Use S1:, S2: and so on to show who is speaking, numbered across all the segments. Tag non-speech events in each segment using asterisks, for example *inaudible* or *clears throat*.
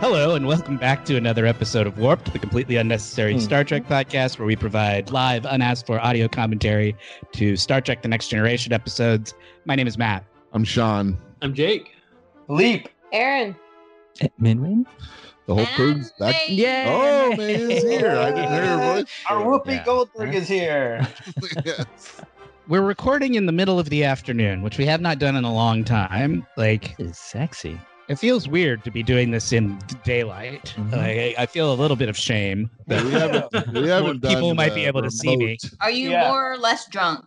S1: Hello, and welcome back to another episode of Warped, the completely unnecessary
S2: Hmm.
S1: Star Trek podcast where we provide live, unasked for audio commentary to Star Trek The Next Generation episodes. My name is Matt.
S3: I'm Sean.
S2: I'm Jake.
S4: Leap.
S5: Aaron.
S6: At Minwin?
S3: The whole crew's back.
S6: Yeah.
S3: Oh, man, is here. I didn't hear her voice.
S4: Our Whoopi
S6: Yeah.
S4: Goldberg is here.
S3: Yes.
S1: We're recording in the middle of the afternoon, which we have not done in a long time. Like,
S6: This is sexy.
S1: it feels weird to be doing this in d- daylight.
S2: Mm-hmm.
S6: Mhm.
S1: Like, I, I feel a little bit of shame.
S3: Yeah,
S2: *laughs*
S3: we haven't, we haven't done
S1: People might
S3: uh,
S1: be able to see me.
S3: remote.
S7: Are you
S4: Yeah.
S7: more or less drunk?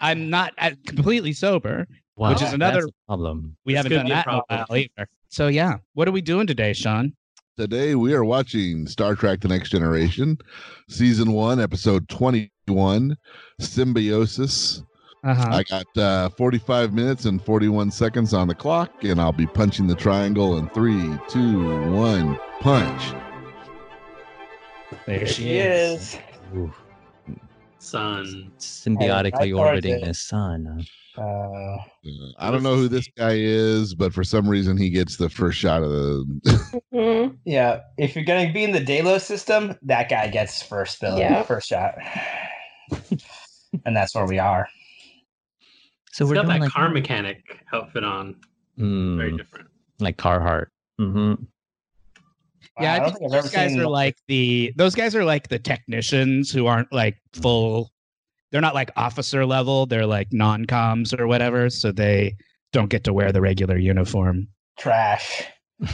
S1: I'm not uh, completely sober.
S6: Wow,
S1: Which is
S6: that's
S1: another-
S6: a problem.
S1: We
S2: That's
S1: haven't done
S2: gonna be a
S1: that in a
S2: problem.
S1: while either. So, yeah, what are we doing today, Sean?
S3: Today, we are watching Star Trek The Next Generation, Season 1, Episode 21, Symbiosis.
S1: Uh-huh.
S3: I got uh, 45 minutes and 41 seconds on the clock, and I'll be punching the triangle in three, two, one, punch.
S1: There she
S4: She
S1: is.
S4: is.
S6: Ooh,
S2: Son.
S4: I
S6: symbiotically
S4: thought
S6: orbiting
S4: that-
S6: the sun.
S4: Uh,
S3: Uh, I don't know who this guy is, but for some reason, he gets the first shot of the.
S5: Mhm.
S4: yeah, if you're gonna be in the Dalo system, that guy gets first bill,
S5: Yeah.
S4: first shot, and that's where we are.
S6: So
S2: He's
S6: we're
S2: got
S6: doing
S2: that
S6: like,
S2: car mechanic outfit on.
S6: Mm,
S2: Very different.
S6: like Carhartt. hmm
S4: Mm-hmm.
S1: Yeah,
S4: Wow,
S1: I, think those guys are like the those guys are like the technicians who aren't like full. They're not like officer level. They're like non coms or whatever, so they don't get to wear the regular uniform.
S4: trash.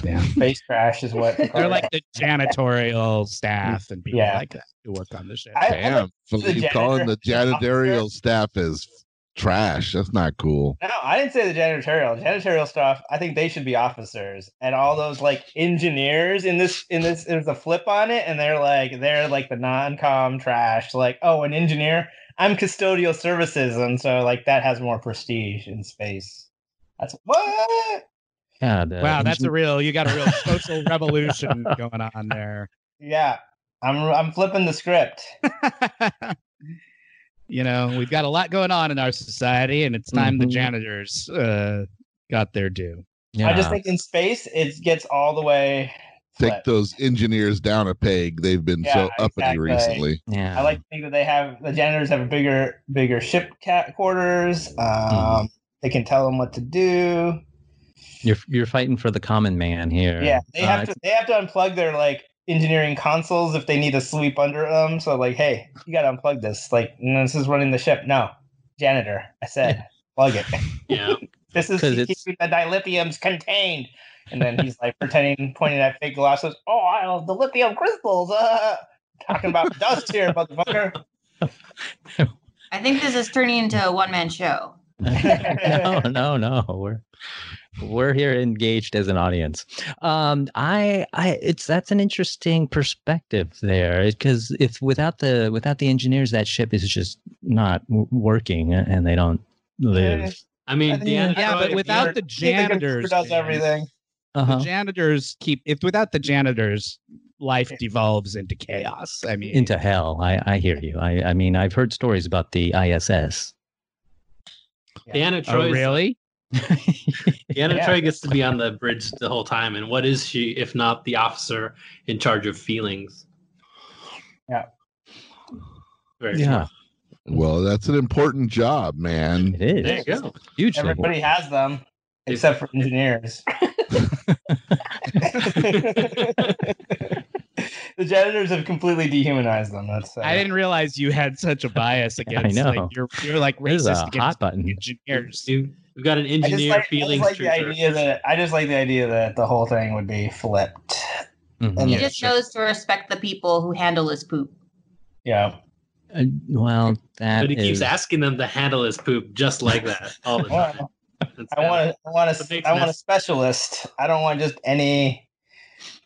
S1: Yeah.
S4: Space trash is what
S1: *laughs* They're like the
S4: *laughs*
S1: janitorial staff and people
S4: Oh, Yeah.
S1: like that who work on the ship.
S4: I- I like
S3: Damn. So
S4: the
S3: you calling
S4: *laughs*
S3: the
S4: janitor-
S3: janitorial staff is trash. That's not cool.
S4: No, I didn't say the janitorial. Janitorial stuff. I think they should be officers, and all those like engineers in this in this. There's a flip on it, and they're like they're like the non-com trash. Like, oh, an engineer. I'm custodial services, and so like that has more prestige in space. That's what.
S6: Yeah. The
S1: wow, that's a
S6: engine-
S1: real you got a real
S4: *laughs*
S1: social revolution going on there.
S4: Yeah, I'm I'm flipping the script.
S1: you know, we've got a lot going on in our society, and it's time
S4: Mm-hmm.
S6: Mhm.
S1: the janitors uh, got their due.
S4: I just
S6: yeah.
S4: think in space it gets all the way.
S3: Take
S4: flipped.
S3: those engineers down a peg. They've been
S4: Yeah,
S3: so uppity
S4: exactly.
S3: recently.
S6: Yeah.
S4: I like to think that they have the janitors have bigger bigger ship cat quarters.
S6: Mm-hmm.
S4: Um, They can tell them what to do.
S6: you're you're fighting for the common man here.
S4: Yeah, they
S6: Uh,
S4: have
S6: it's-
S4: to they have to unplug their like engineering consoles if they need to sleep under them. So like, hey, you gotta unplug this. Like, no, this is running the ship. No, janitor, I said, plug it. *laughs*
S2: Yeah.
S4: This is
S6: 'Cause
S4: keeping
S6: it's-
S4: the dilithiums contained. And then he's like pretending, pointing at fake glasses. Oh, I love the lithium crystals. Uh, talking about dust here, motherfucker.
S7: I think this is turning into a one man show.
S6: no, no, no. We're we're here engaged as an audience. Um, I, I, it's that's an interesting perspective there because if without the without the engineers, that ship is just not w- working eh, and they don't live.
S2: I mean,
S4: I think-
S2: Deanna
S1: Yeah,
S2: Troy,
S1: but
S2: if
S1: without
S2: you're-
S1: the
S4: He thinks the computer
S1: janitors,
S4: does
S1: man,
S4: everything.
S1: the
S6: Uh-huh.
S1: janitors keep if without the janitors, life devolves into chaos. I mean,
S6: Into hell. I, I hear you. I, I mean, I've heard stories about the ISS.
S2: Deanna Troy,
S1: oh, really?
S2: Deanna
S4: Yeah.
S2: Troy gets to be on the bridge the whole time. And what is she, if not the officer in charge of feelings?
S4: Yeah.
S2: Very
S6: yeah,
S3: Well, that's an important job, man.
S6: it is.
S2: There you go.
S6: Hugely.
S4: Everybody has them except for
S2: *laughs*
S4: engineers. the janitors have completely dehumanized them. That's uh,
S1: I didn't realize you had
S6: *laughs*
S1: such a bias against.
S6: know.
S1: Like, you're you're like
S6: This is
S1: racist
S6: a hot
S1: against
S6: button. *laughs*
S1: engineers.
S2: You- We've got an
S4: I just
S2: engineer
S4: like,
S2: feelings
S4: I just like the
S2: truther.
S4: idea that I just like the idea that the whole thing would be flipped.
S6: Mhm.
S7: He
S4: Yeah,
S7: just
S4: sure.
S7: knows to respect the people who handle his poop.
S4: Yeah.
S6: Uh, well, that
S2: But he keeps
S6: is-
S2: asking them to handle his poop just like that all the time.
S4: *laughs* Well,
S2: That's
S4: I want I want
S2: That
S4: a,
S2: makes
S4: I want a
S2: sense.
S4: specialist. I don't want just any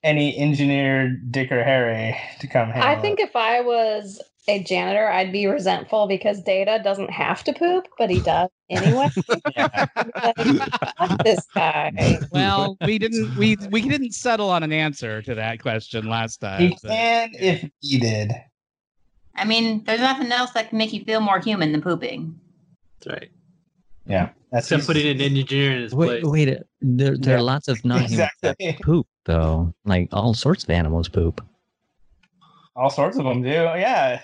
S4: any engineer Dick or Harry to come handle
S5: I think
S4: it.
S5: if I was a janitor, I'd be resentful because Data doesn't have to poop, but he does anyway. *laughs*
S4: Yeah.
S5: Like, Fuck this guy.
S1: Well, we didn't we we didn't settle on an answer to that question last time.
S4: he
S1: so-
S4: can if needed.
S7: I mean, there's nothing else that can make you feel more human than pooping.
S2: That's right.
S4: Yeah. That's *laughs*
S2: Except putting an engineer in his
S6: Wait,
S2: place.
S6: wait. uh, There, there
S4: Yeah.
S6: are lots of non-human
S4: exactly.
S6: poop. though. Like all sorts of animals poop. *laughs*
S4: All sorts of them do. Yeah.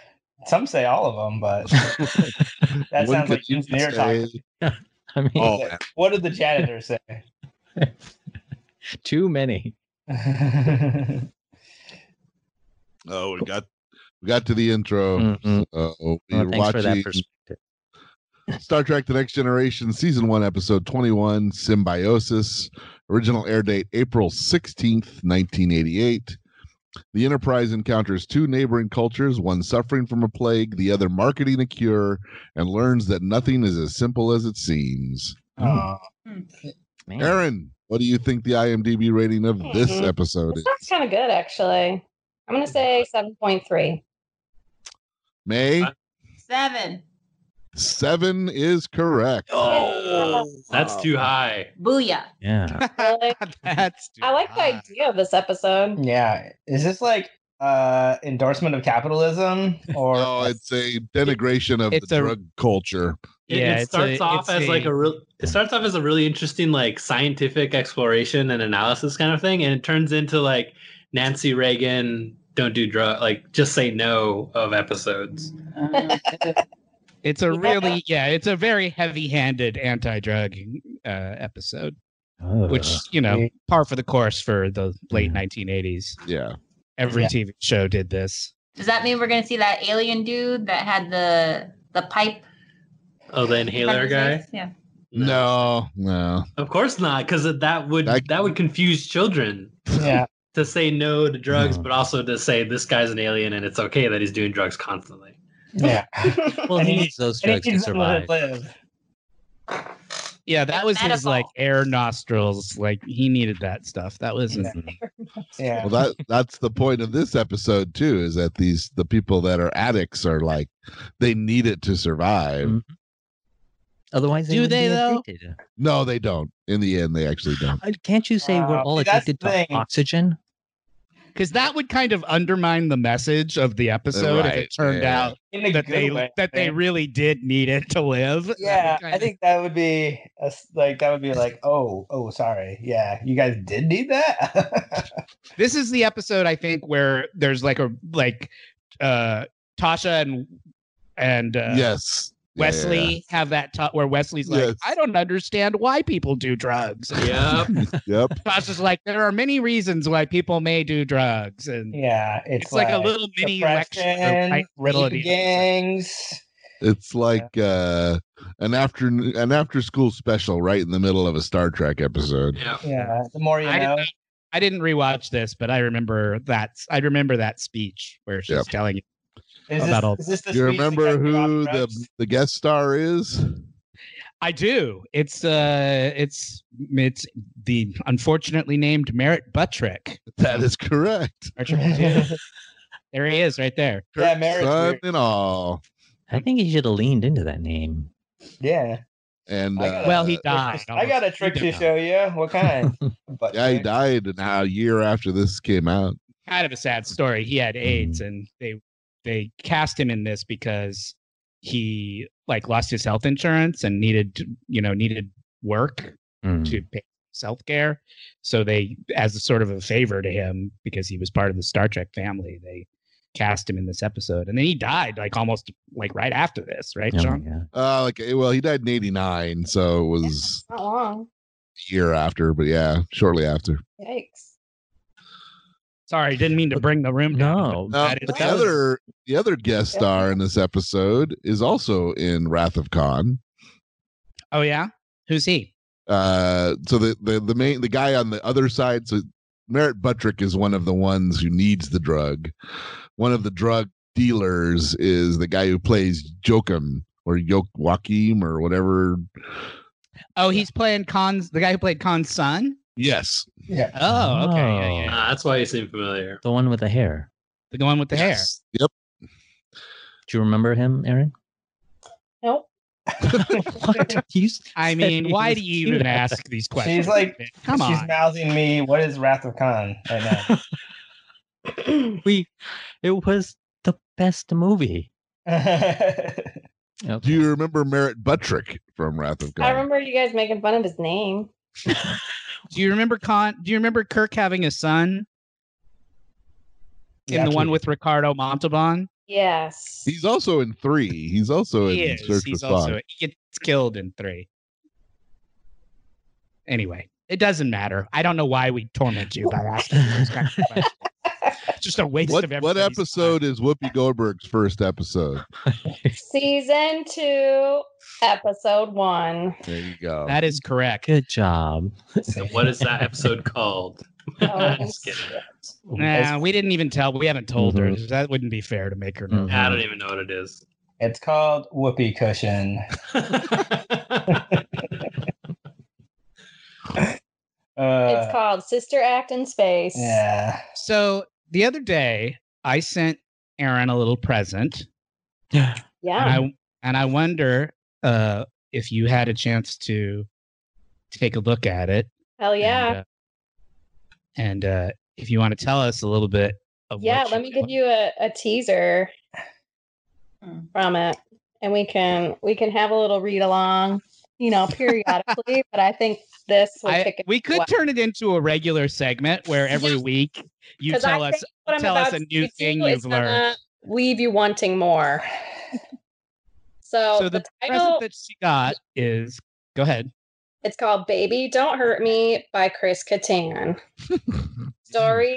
S4: Some say all of
S6: *laughs*
S4: them, but that
S3: When
S4: sounds
S3: could
S4: like
S3: you
S4: engineer
S3: say-
S4: talk.
S6: I mean,
S3: Oh,
S4: What did the janitor say? *laughs*
S6: too many.
S3: oh, we got we got to the intro.
S6: Mhm.
S3: Oh, So
S6: Well,
S3: we're
S6: thanks for that
S3: watching
S6: perspective.
S3: Star Trek: The Next Generation, Season One, Episode Twenty-One, Symbiosis. Original air date April sixteenth, nineteen eighty-eight. The Enterprise encounters two neighboring cultures, one suffering from a plague, the other marketing a cure, and learns that nothing is as simple as it seems.
S4: Aw.
S7: Hmm.
S6: Man.
S3: Aaron, what do you think the IMDb rating of this
S1: Hmm.
S5: Mhm.
S3: episode is?
S5: That's kind of good, actually. I'm going to say 7.3.
S3: May
S7: Seven.
S3: seven is correct.
S2: Oh, that's too high.
S7: Booyah.
S6: Yeah.
S5: Really?
S1: That's too
S5: I like the
S1: high.
S5: idea of this
S4: Mm.
S5: episode.
S4: yeah. Is this like uh endorsement of capitalism or
S3: Oh, it's a denigration of
S1: It's
S3: the
S1: a-
S3: drug culture.
S2: It,
S1: Yeah,
S2: it
S1: it's
S2: starts
S1: a-
S2: off
S1: it's
S2: as like
S1: a-
S2: a real. It starts off as a really interesting like scientific exploration and analysis kind of thing, and it turns into like Nancy Reagan don't do drug like just say no of episodes.
S7: Uh,
S1: It's a
S5: Yeah.
S1: really yeah, it's a very heavy-handed anti-drug uh, episode, *laughs* which
S6: Ugh.
S1: you know
S4: Yeah.
S1: par for the course for the late
S6: Yeah.
S1: 1980s.
S3: Yeah.
S1: Every
S4: Yeah.
S1: TV show did this.
S7: Does that mean we're gonna see that alien dude that had the the pipe?
S2: Oh, the inhaler guy.
S7: Yeah.
S3: No, no.
S2: Of course not, because that would
S3: That-
S2: that would confuse children
S3: *laughs*
S4: yeah.
S2: to say no to drugs,
S6: No.
S2: but also to say this guy's an alien and it's okay that he's doing drugs constantly.
S4: Yeah.
S6: Well,
S4: And
S6: he
S4: he-
S6: needs those
S4: And
S6: drugs
S4: he
S6: to
S4: needs someone
S6: survive.
S4: live.
S1: Yeah, that was his
S7: Metaphor.
S1: like air nostrils. Like he needed that stuff. That was his
S6: Mhm.
S4: Yeah.
S3: Well, that that's the point of this episode too. Is that these the people that are addicts are like they need it to survive.
S1: Mm.
S6: Mhm. Otherwise,
S1: Do
S6: would
S1: they,
S6: be
S1: though?
S6: addicted.
S3: No, they don't. In the end, they actually don't.
S6: Uh, Can't you say we're
S4: Wow.
S6: all
S4: See, that's
S6: addicted
S4: the
S6: to
S4: thing.
S6: oxygen?
S1: because that would kind of undermine the message of the episode if
S3: Right,
S1: it turned
S3: yeah.
S1: out
S4: In a
S1: that
S4: good
S1: they
S4: way, I
S1: that they
S4: think.
S1: really did need it to live. That would *laughs*
S4: *laughs* Yeah,
S1: kind
S4: I
S1: of-
S4: think that would be a s like that would be like, oh, oh, sorry. Yeah, you guys did need that. *laughs*
S1: this is the episode I think where there's like a like uh Tasha and and *sighs* uh,
S3: yes. Yeah, yeah,
S1: Wesley have that talk where Wesley's like,
S3: Yes.
S1: I don't understand why people do drugs. And
S2: Yep.
S3: yeah. Yep.
S1: Tasha's like, there are many reasons why people may do drugs, and
S4: yeah,
S1: it's, like, a little mini lecture.
S4: depression,
S1: right? Middle of
S4: rape
S1: the episode.
S4: gangs.
S3: It's like uh an after an after school special right in the middle of a Star Trek episode.
S2: Yeah.
S4: Yeah, the more you
S1: I
S4: know.
S1: didn't, I didn't rewatch this, but I remember that. I remember that speech where she's
S3: Yep.
S1: telling you.
S4: Is
S1: about
S4: this,
S1: all-
S4: is this the
S3: You
S4: speech that
S3: remember
S4: got you off
S3: who the
S4: drugs?
S3: the guest star is? *laughs*
S1: I do. It's uh, it's it's the unfortunately named Merritt Buttrick.
S3: That is correct.
S4: *laughs*
S3: *laughs*
S1: Archer- there he is, right there.
S4: Yeah,
S3: Kirk's
S4: Merritt's
S3: son
S4: weird.
S3: and all.
S6: I think he should have leaned into that name.
S4: Yeah.
S3: And
S4: I got
S3: uh,
S4: it.
S1: Well, he
S4: Trick
S1: died.
S4: to- *laughs* I got a trick to show you.
S3: *laughs*
S4: What kind? But
S3: yeah, he died an- a year after this came out.
S1: kind of a sad story. He had AIDS, and they they cast him in this because he like lost his health insurance and needed to- you know needed work
S6: Mm.
S1: to pay self care. So they, as a sort of a favor to him, because he was part of the Star Trek family, they cast him in this episode, and then he died like almost like right after this, right,
S6: Oh,
S1: Sean?
S6: yeah.
S3: Uh, like well, he died in '89, so it was
S5: Not long.
S3: a year after, but yeah, shortly after.
S5: Yikes.
S1: Sorry, didn't mean to bring the room down.
S6: No,
S1: but
S3: Uh,
S1: that is-
S3: but the
S5: that was-
S3: other the other guest star in this episode is also in Wrath of Khan.
S1: oh yeah, who's he?
S3: Uh, so the the the main the guy on the other side, so Merritt Buttrick is one of the ones who needs the drug. One of the drug dealers is the guy who plays Jokum or Yo- Joachim or whatever.
S1: Oh, he's playing Khan's the guy who played Khan's son.
S3: Yes, *laughs*
S4: Yeah.
S1: Oh, okay, yeah, yeah, yeah.
S2: Ah, that's why you seem familiar.
S6: the one with the hair.
S1: the one with the hair.
S3: Yes. Yep.
S6: Do you remember him, Aaron?
S5: Nope.
S4: *laughs*
S6: What? You s-
S1: I
S6: said
S1: mean,
S6: *laughs* he
S1: why
S6: was
S1: do you
S6: cute.
S1: even ask these questions?
S4: She's like-
S1: come
S4: She's
S1: on.
S4: mouthing me. What is Wrath of Khan right now?
S1: *laughs*
S6: *laughs*
S4: *laughs*
S6: We, it was the best movie.
S3: Do you remember Merritt Buttrick from Wrath of Khan?
S5: I remember you guys making fun of his name.
S1: Do you remember Con? Do you remember Kirk having a son in
S4: Yeah,
S1: the one with Ricardo Montalban?
S5: Yes.
S3: He's also in three. He's also
S1: He
S3: in
S1: is.
S3: Search
S1: He's
S3: for
S1: also
S3: Spock.
S1: he gets killed in three. Anyway, it doesn't matter. I don't know why we torment you by asking those kind of questions.
S3: *laughs*
S1: It's just a waste
S3: What
S1: of
S3: what
S1: everybody's
S3: episode is Whoopi Goldberg's first episode?
S5: Season two, episode one.
S3: There you go.
S1: time. That is correct.
S6: Good job.
S2: So what is that episode called?
S5: Oh,
S2: Just kidding.
S1: Nah, we didn't even tell. We haven't told her.
S3: Mm-hmm.
S6: Mhm.
S1: That wouldn't be fair to make her
S6: Mhm.
S3: Mm.
S1: know.
S2: I don't even know what it is.
S4: It's called Whoopee Cushion. Uh,
S5: it's called Sister Act in Space.
S4: yeah.
S1: So the other day, I sent Aaron a little present,
S5: Yeah.
S1: and I and I wonder uh, if you had a chance to take a look at it.
S5: Hell yeah.
S1: And, uh, and uh, if you want to tell us a little bit of
S5: Yeah,
S1: what
S5: let me give you a, a teaser
S7: Mm.
S5: from it. And we can we can have a little read along, you know, periodically. but I think this will
S1: I-
S5: kick it.
S1: we could
S5: Wow.
S1: turn it into a regular segment
S5: *laughs*
S1: where every week you
S5: 'Cause
S1: tell
S5: I
S1: us
S5: think what I'm
S1: tell us
S5: about
S1: a
S5: to
S1: new
S5: do
S1: thing
S5: is
S1: you've learned.
S5: gonna Leave you
S1: *laughs*
S5: wanting more. So,
S1: So
S5: the,
S1: the
S5: title
S1: present that she got is go ahead.
S5: it's called "Baby Don't Hurt Me" by Chris Kattan.
S1: *laughs*
S5: Stories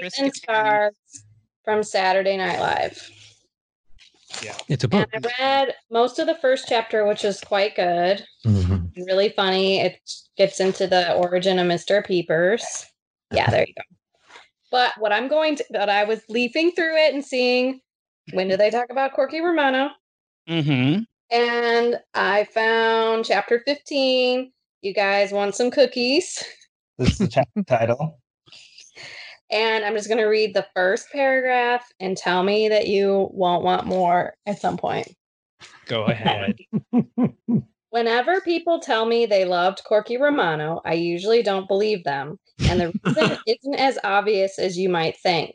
S1: Hmm, Chris
S5: and
S1: Kattan.
S5: stars from Saturday Night Live.
S6: It's a
S5: And
S6: book.
S1: Oh.
S5: I read most of the first chapter, which is quite good.
S3: Mm-hmm.
S6: Mhm.
S5: really funny. It gets into the origin of Mr. Peepers. Yeah, there you go. But what I'm going to, but I was leafing through it and seeing when do they talk about Corky Romano?
S1: Mm-hmm. *laughs*
S5: And I found chapter 15. You guys want some cookies?
S4: This is the
S5: *laughs*
S4: chapter title.
S5: And I'm just going to read the first paragraph and tell me that you won't want more at some point.
S1: Go ahead.
S5: Whenever people tell me they loved Corky Romano, I usually don't believe them.
S1: *laughs*
S5: And the reason isn't as obvious as you might think.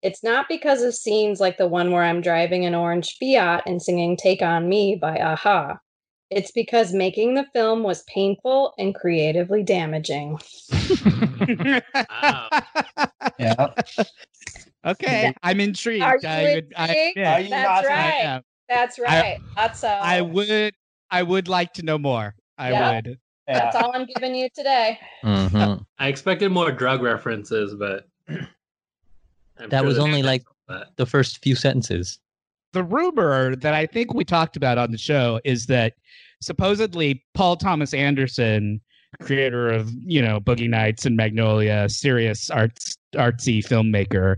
S5: It's not because of scenes like the one where I'm driving an orange Fiat and singing Take On Me by Aha. It's because making the film was painful and creatively
S1: *laughs*
S5: damaging.
S2: Wow.
S4: *laughs* Yeah.
S1: okay, I'm intrigued.
S5: Are you
S1: I would. *laughs* I,
S5: intrigued?
S1: yeah,
S4: Are you
S5: That's
S4: not-
S1: I
S5: right.
S1: am.
S5: That's right. That's uh, all.
S1: I would. I would like to know more. I
S5: Yeah.
S1: would.
S5: That's
S4: Yeah.
S5: all I'm giving you today.
S6: Mhm.
S1: Mm-hmm.
S2: I expected more drug references, but
S6: *clears throat*
S2: I'm
S6: That was
S2: there's
S6: only, like-
S2: that.
S6: The first
S1: *laughs*
S6: few sentences.
S1: The rumor that I think we talked about on the show is that supposedly Paul Thomas Anderson, creator of you know Boogie Nights and Magnolia, serious arts artsy filmmaker,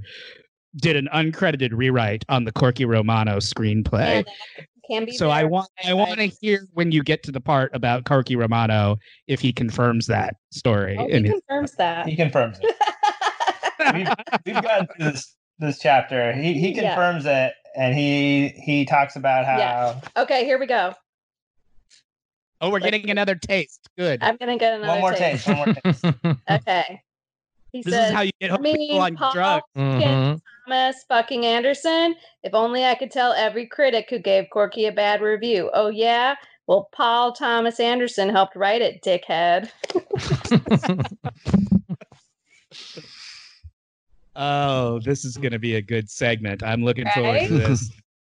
S1: did an uncredited rewrite on the Corky Romano screenplay.
S5: And that can be
S1: so I want I
S5: verified.
S1: want to hear when you get to the part about Karki Romano if he confirms that story.
S5: Oh,
S1: in
S5: he
S1: his-
S5: confirms
S1: *laughs*
S5: that.
S4: He confirms
S5: *laughs*
S4: it. We've, we've gotten through this this chapter. He he
S5: Yeah.
S4: confirms it and he he talks about how
S5: Yeah. Okay, here we go.
S1: oh, we're
S5: Like-
S1: getting another taste. Good.
S5: I'm gonna get another
S4: one more
S5: taste.
S4: taste, one
S5: *laughs*
S4: more taste.
S1: Mm-hmm.
S4: *laughs*
S5: Okay. He
S1: this
S5: says,
S1: is how you get hooked people
S5: mean,
S1: on
S5: Paul
S1: drugs.
S6: Mhm.
S5: Thomas fucking Anderson. If only I could tell every critic who gave Corky a bad review. Oh yeah. Well, Paul Thomas Anderson helped write it, dickhead.
S1: Oh, this is going to be a good segment. I'm looking forward to
S5: Right?
S1: this.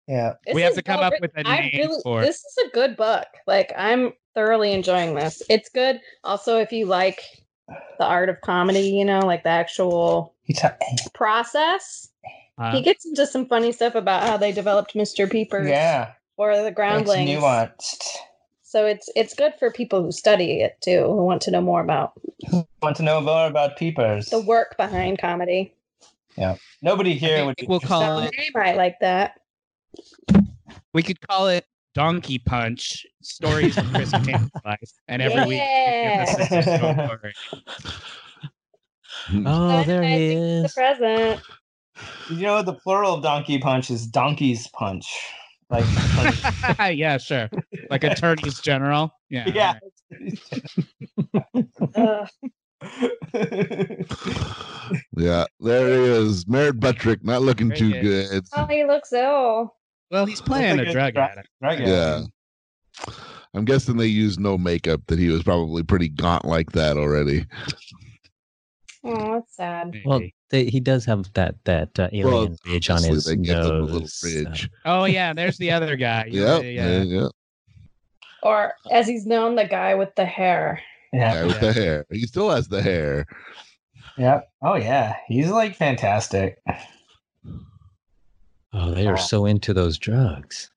S4: Yeah.
S5: *laughs* This
S1: We have
S5: is
S1: to come
S5: well
S1: up
S5: written.
S1: with a
S5: I
S1: name
S5: really,
S1: for it.
S5: this is a good book. Like I'm thoroughly enjoying this. It's good. Also, if you like the art of comedy, you know, like the actual
S4: He ta-
S5: process,
S1: Uh,
S5: he gets into some funny stuff about how they developed Mr. Peepers
S4: yeah.
S5: or the
S4: It's
S5: groundlings.
S4: nuanced.
S5: So it's it's good for people who study it too, who want to know more about
S4: Want to know more about peepers.
S5: the work behind comedy.
S4: Nobody
S1: I
S4: here
S1: think
S4: would be
S1: we'll call
S4: interested.
S1: it.
S5: They might like that.
S1: We could call it Donkey Punch Stories from Chris Kattan's Life. And every week, *laughs* you give us a story.
S6: *laughs* oh, there he
S5: The
S6: is. *laughs*
S5: present.
S4: You know the plural of donkey punch is donkey's punch. Like
S1: *laughs* yeah, sure. Like attorneys general. Yeah.
S4: Yeah.
S5: *laughs*
S4: *laughs*
S1: all
S5: Ugh.
S3: *laughs* yeah, there he is. Merritt Buttrick, not looking
S1: Very
S3: too
S1: good.
S3: good.
S5: oh, he looks ill.
S1: Well, he's playing
S4: like
S1: a
S4: a
S1: drug
S4: dra-
S1: addict.
S4: Right,
S3: Yeah. I'm guessing they used no makeup, that he was probably pretty gaunt like that already.
S5: Oh, that's sad.
S6: Well,
S1: Maybe.
S6: they, he does have that that uh, alien
S3: Well,
S6: ridge on
S3: Obviously,
S6: his
S3: they give them a
S6: nose.
S3: little
S6: uh,
S3: fridge.
S1: oh yeah, there's the other
S3: *laughs*
S1: guy.
S3: Yeah,
S1: yeah.
S3: yeah, yeah.
S5: Or as he's known, the guy with the hair. *laughs*
S4: Yeah.
S3: Guy with the hair. He still has the hair.
S4: Yep. Oh yeah. He's like fantastic.
S6: oh, they are so into those drugs.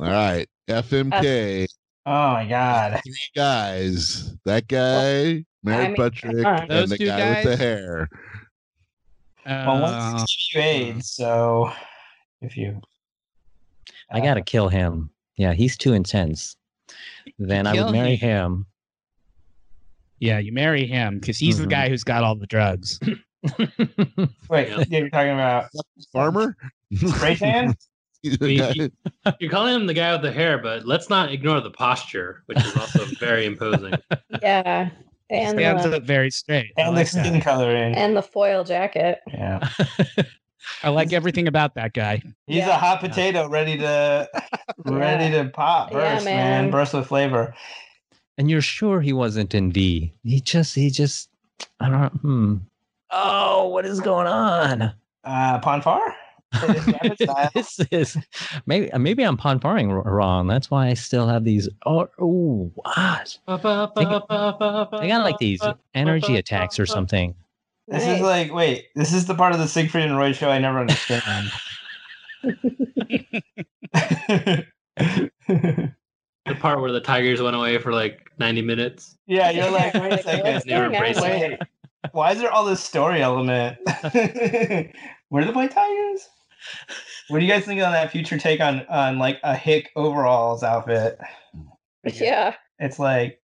S3: All right. FMK.
S4: Oh my god.
S3: Three guys. That guy, Mary
S5: I mean, uh,
S3: Patrick,
S5: alright.
S3: and
S1: Those
S3: the
S1: two
S3: guy with
S1: guys?
S3: the hair.
S4: Well,
S1: Uh, hmm.
S4: one's give you AIDS, so if you uh,
S6: I gotta kill him. Yeah, he's too intense. Then I
S1: Kill
S6: would marry
S1: him.
S6: him.
S1: yeah, you marry him because he's the
S6: Mhm.
S1: guy who's got all the drugs.
S4: wait,
S2: Yeah.
S4: yeah, you're talking
S1: *laughs*
S4: about
S3: Farmer? *laughs*
S4: Raytan?
S3: He's the
S2: We-
S3: guy-
S2: You're calling him the guy with the hair, but let's not ignore the posture, which is
S6: *laughs*
S2: also very imposing.
S5: Yeah. And
S1: Stands
S5: the,
S1: up very straight. I
S4: and the
S1: like, that.
S4: skin coloring.
S5: and the foil jacket.
S4: yeah.
S1: I like everything about that guy.
S4: He's
S5: Yeah.
S4: a hot potato ready to *laughs* ready to pop
S5: Yeah,
S4: burst, man.
S5: man.
S4: Burst with flavor.
S6: And you're sure he wasn't in V. He just he just I don't hmm. Oh, what is going on?
S4: Uh Ponfar? It is rabbit
S5: *laughs*
S4: style.
S6: *laughs* this is maybe uh, maybe I'm ponfaring r- wrong. That's why I still have these. Oh, oh ah,
S2: I
S6: I got
S2: got
S6: like these energy attacks or something.
S4: This
S5: Right.
S4: is like, wait, this is the part of the Siegfried and Roy show I never
S1: *laughs*
S4: understand. *laughs*
S2: The part where the Tigers went away for like 90 *laughs* minutes.
S4: yeah, you're like,
S5: Yeah, *laughs*
S4: wait a
S5: like,
S4: second.
S5: what's
S2: They were
S5: going on?
S2: bracing.
S4: Wait, why is there all this story element? *laughs* Were the White Tigers? What do you guys think on that future take on on like a hick overalls outfit?
S5: *laughs* Yeah.
S4: It's like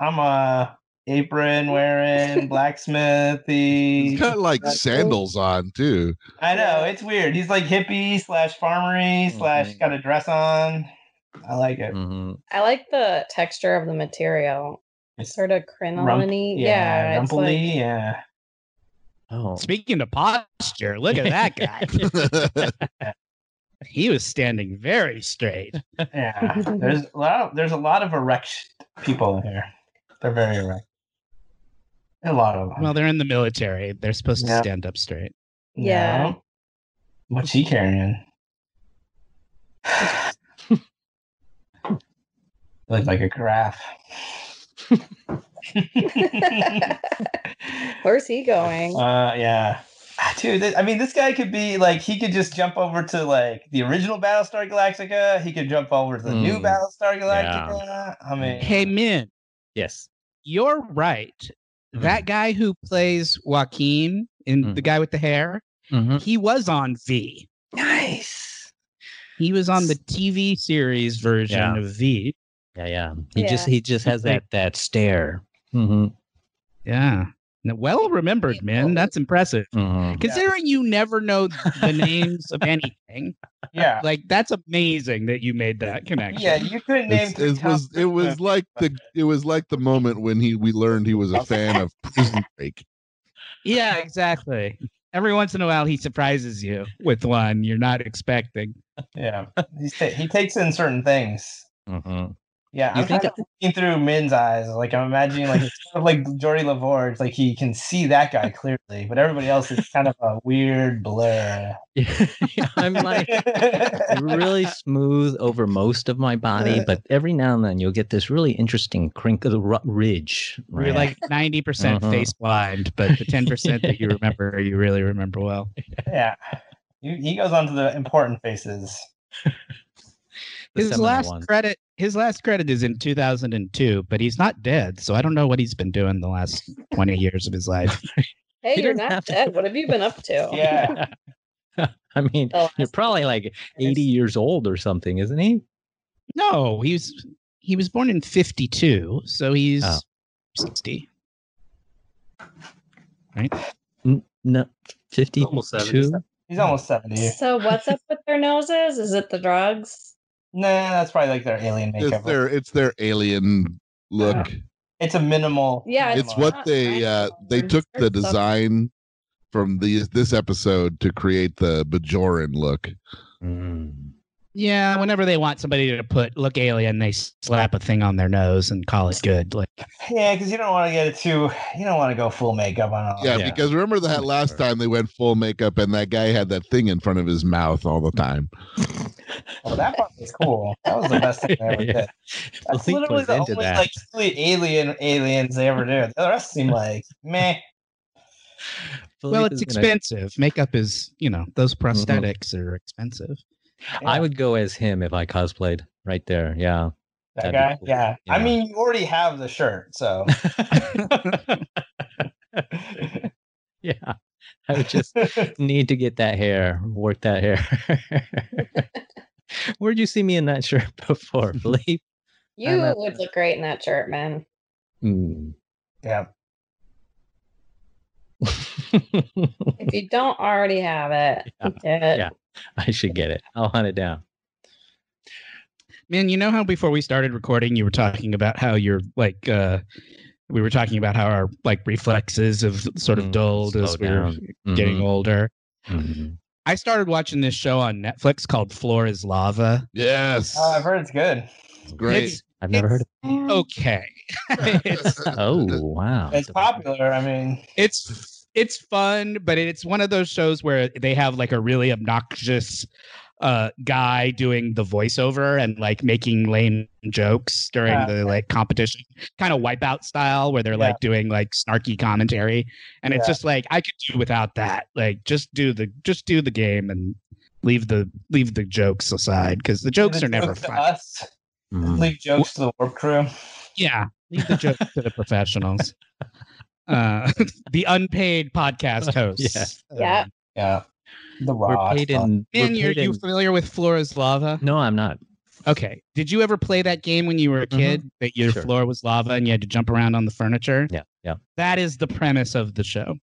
S4: I'm a apron wearing blacksmithy.
S3: He's got like sandals on, too. *laughs*
S4: I know it's weird. He's like hippie slash farmery slash
S6: Mhm.
S4: got a dress on. I like it.
S6: Mhm.
S5: I like the texture of the material.
S4: It's
S5: Sort of crinoline Yeah. it's
S4: rumply,
S5: like-
S4: yeah.
S6: Oh,
S1: Speaking of posture, look at that guy. *laughs* he was standing very straight. *laughs*
S4: Yeah. there's a lot of there's a lot of erect people here. They're very erect. A lot of them.
S1: Well, they're in the military. They're supposed to
S4: Yeah.
S1: stand up straight.
S5: Yeah.
S4: No. What's
S1: *laughs*
S4: he carrying? Look like a
S1: *laughs*
S4: giraffe.
S5: *laughs*
S4: uh,
S5: Where's he going?
S6: Uh,
S4: yeah. Ah, Dude, th- I mean, this guy could be like, he could just jump over to like the original Battlestar Galactica. He could jump over to the new
S6: Mm,
S4: Battlestar
S6: yeah.
S4: Galactica. I mean,
S1: Hey, Min, Mm.
S6: yes.
S1: you're right. That guy who plays Joaquin in the
S6: Mhm.
S1: guy with the hair,
S6: Mhm.
S1: he was on V.
S6: Nice.
S1: He was on the TV series version
S6: Yeah.
S1: of V.
S6: Yeah, yeah. He just
S5: Yeah.
S6: he just has that that stare. hmm
S1: Yeah. Now, Well remembered, Min. That's impressive.
S6: hmm
S1: Considering you never know the names of anything,
S4: yeah.
S1: like that's amazing that you made that connection.
S4: Yeah, you couldn't name
S3: It's-
S4: three
S3: it was
S4: top-
S3: it was like the it was like the moment when he we learned he was a fan of Prison
S5: *laughs*
S3: Break.
S1: Yeah, exactly. Every once in a while, he surprises you with one you're not expecting.
S4: *laughs* Yeah, He's ta- he takes in certain things.
S6: hmm
S4: Yeah,
S6: You
S4: I'm
S6: think
S4: kind of looking through Min's eyes. Like I'm
S6: *laughs*
S4: imagining, like it's sort of like Jordy Lavore. It's like he can see that guy clearly, but everybody else is kind of a weird blur.
S6: mm-hmm. *laughs* I'm like really smooth over most of my
S1: Uh.
S6: body, but every now and then you'll get this really interesting crink of the ru- ridge.
S1: You're
S6: right?
S1: like 90% percent
S6: Uh-huh.
S1: face blind, but the 10% that you remember, you really remember well.
S4: *laughs* yeah, he, he goes on to the important faces.
S6: *laughs* The
S1: His
S6: seminal
S1: last
S6: one.
S1: credit, his last credit is in 2002, but he's not dead, so I don't know what he's been doing the last 20 years of his
S6: *laughs*
S1: life.
S5: Hey,
S6: You
S5: you're
S6: don't have
S5: not
S6: to- *laughs*
S5: dead. What have you been up to?
S4: Yeah,
S6: I mean,
S5: The
S6: you're
S5: last-
S6: probably like 80 years old or something, isn't he?
S1: No, he's he was born in 52, so he's
S6: Oh.
S1: 60.
S6: N- No, 52.
S2: Almost 70.
S4: he's almost seventy.
S5: So what's up with their noses? Is it the drugs?
S4: Nah, that's probably like their alien makeup.
S3: It's their it's their alien look.
S4: It's a minimal.
S5: Yeah,
S3: It's
S5: Come
S3: what
S5: on.
S3: they uh they took the design
S4: Hmm.
S3: from these this episode to create the Bajoran look.
S6: Mm.
S1: Yeah, whenever they want somebody to put look alien, they slap a thing on their nose and call it good. Like
S4: Yeah, because you don't want to get it too. You don't want to go full makeup on all.
S3: Yeah,
S6: Yeah.
S3: because remember that last time they went full makeup and that guy had that thing in front of his mouth all the time.
S4: Oh, that part was cool. That was the best thing they
S6: *laughs*
S4: ever
S6: Yeah.
S4: did. That's
S6: Link
S4: literally
S6: was
S4: the
S6: into
S4: only
S6: that.
S4: like truly alien aliens they ever do. The rest seem like meh.
S1: well,
S6: Philippe
S1: it's
S6: is gonna- Mm-hmm.
S1: expensive. Makeup is, you know, those prosthetics are expensive.
S6: I
S4: Yeah.
S6: would go as him if I cosplayed right there. Yeah. That'd
S4: That
S6: be
S4: guy.
S6: cool.
S4: Yeah. I
S6: Yeah.
S4: mean, you already have the
S6: *laughs*
S4: shirt, so
S6: *laughs*
S4: *laughs*
S6: yeah. I would *laughs* just need to get that hair, work that hair. *laughs* Where'd you see me in that shirt *laughs* before, Philippe?
S5: You
S6: I'm at-
S5: would look great in that shirt, man.
S6: Hmm.
S4: yeah.
S5: If
S6: *laughs*
S5: you don't already have it,
S6: Yeah,
S5: get it.
S6: yeah. I should get it. I'll hunt it down.
S1: Man, you know how before we started recording, you were talking about how you're like, uh, we were talking about how our like reflexes have sort of
S6: Mm,
S1: dulled as
S6: slow
S1: we
S6: down.
S1: were getting
S6: Mhm,
S1: older.
S4: Mm-hmm.
S6: mhm.
S1: I started watching this show on Netflix called Floor is Lava.
S3: Yes.
S1: Uh,
S4: Oh, I've heard it's good.
S3: It's great.
S1: It's
S6: I've never heard of *laughs*
S1: okay. *laughs* it's
S6: Oh, wow.
S4: It's popular. I mean,
S1: it's it's fun, but it's one of those shows where they have like a really obnoxious uh guy doing the voiceover and like making lame jokes during
S4: Yeah.
S1: the like competition kind of wipeout style where they're
S4: Yeah.
S1: like doing like snarky commentary and it's
S4: Yeah.
S1: just like i could do without that like just do the just do the game and leave the leave the jokes aside because the jokes
S4: the
S1: are never
S4: jokes to
S1: fun
S4: us.
S6: Mhm.
S4: Leave jokes to the warp crew.
S1: yeah leave the jokes to the
S4: *laughs*
S1: professionals uh *laughs* the unpaid
S4: *laughs*
S1: podcast hosts
S6: Yeah.
S5: Yeah.
S4: Yeah. The raw.
S6: We're paid
S4: stuff.
S6: in. we're
S1: Man, you're
S6: paid
S1: you
S6: in-
S1: familiar with Flora's lava?
S6: No, I'm not.
S1: Okay. Did you ever play that game when you were a
S6: Mhm.
S1: kid that your
S6: Sure.
S1: floor was lava and you had to jump around on the furniture?
S6: Yeah, yeah.
S1: That is the premise of the show.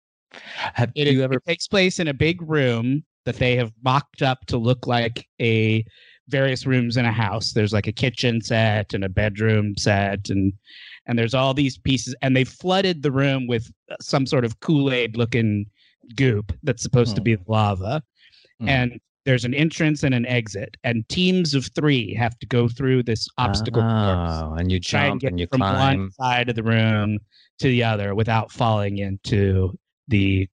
S6: Have
S1: It,
S6: you
S1: it
S6: ever?
S1: takes place in a big room that they have mocked up to look like a various rooms in a house. There's like a kitchen set and a bedroom set and and there's all these pieces and they flooded the room with some sort of Kool-Aid looking goop that's supposed to
S6: Hmm.
S1: be lava.
S6: Hmm.
S1: And there's an entrance and an exit and teams of 3 have to go through this obstacle course
S6: Oh, and you
S1: try and
S6: jump
S1: get
S6: and you
S1: from
S6: climb.
S1: one side of the room to the other without falling into the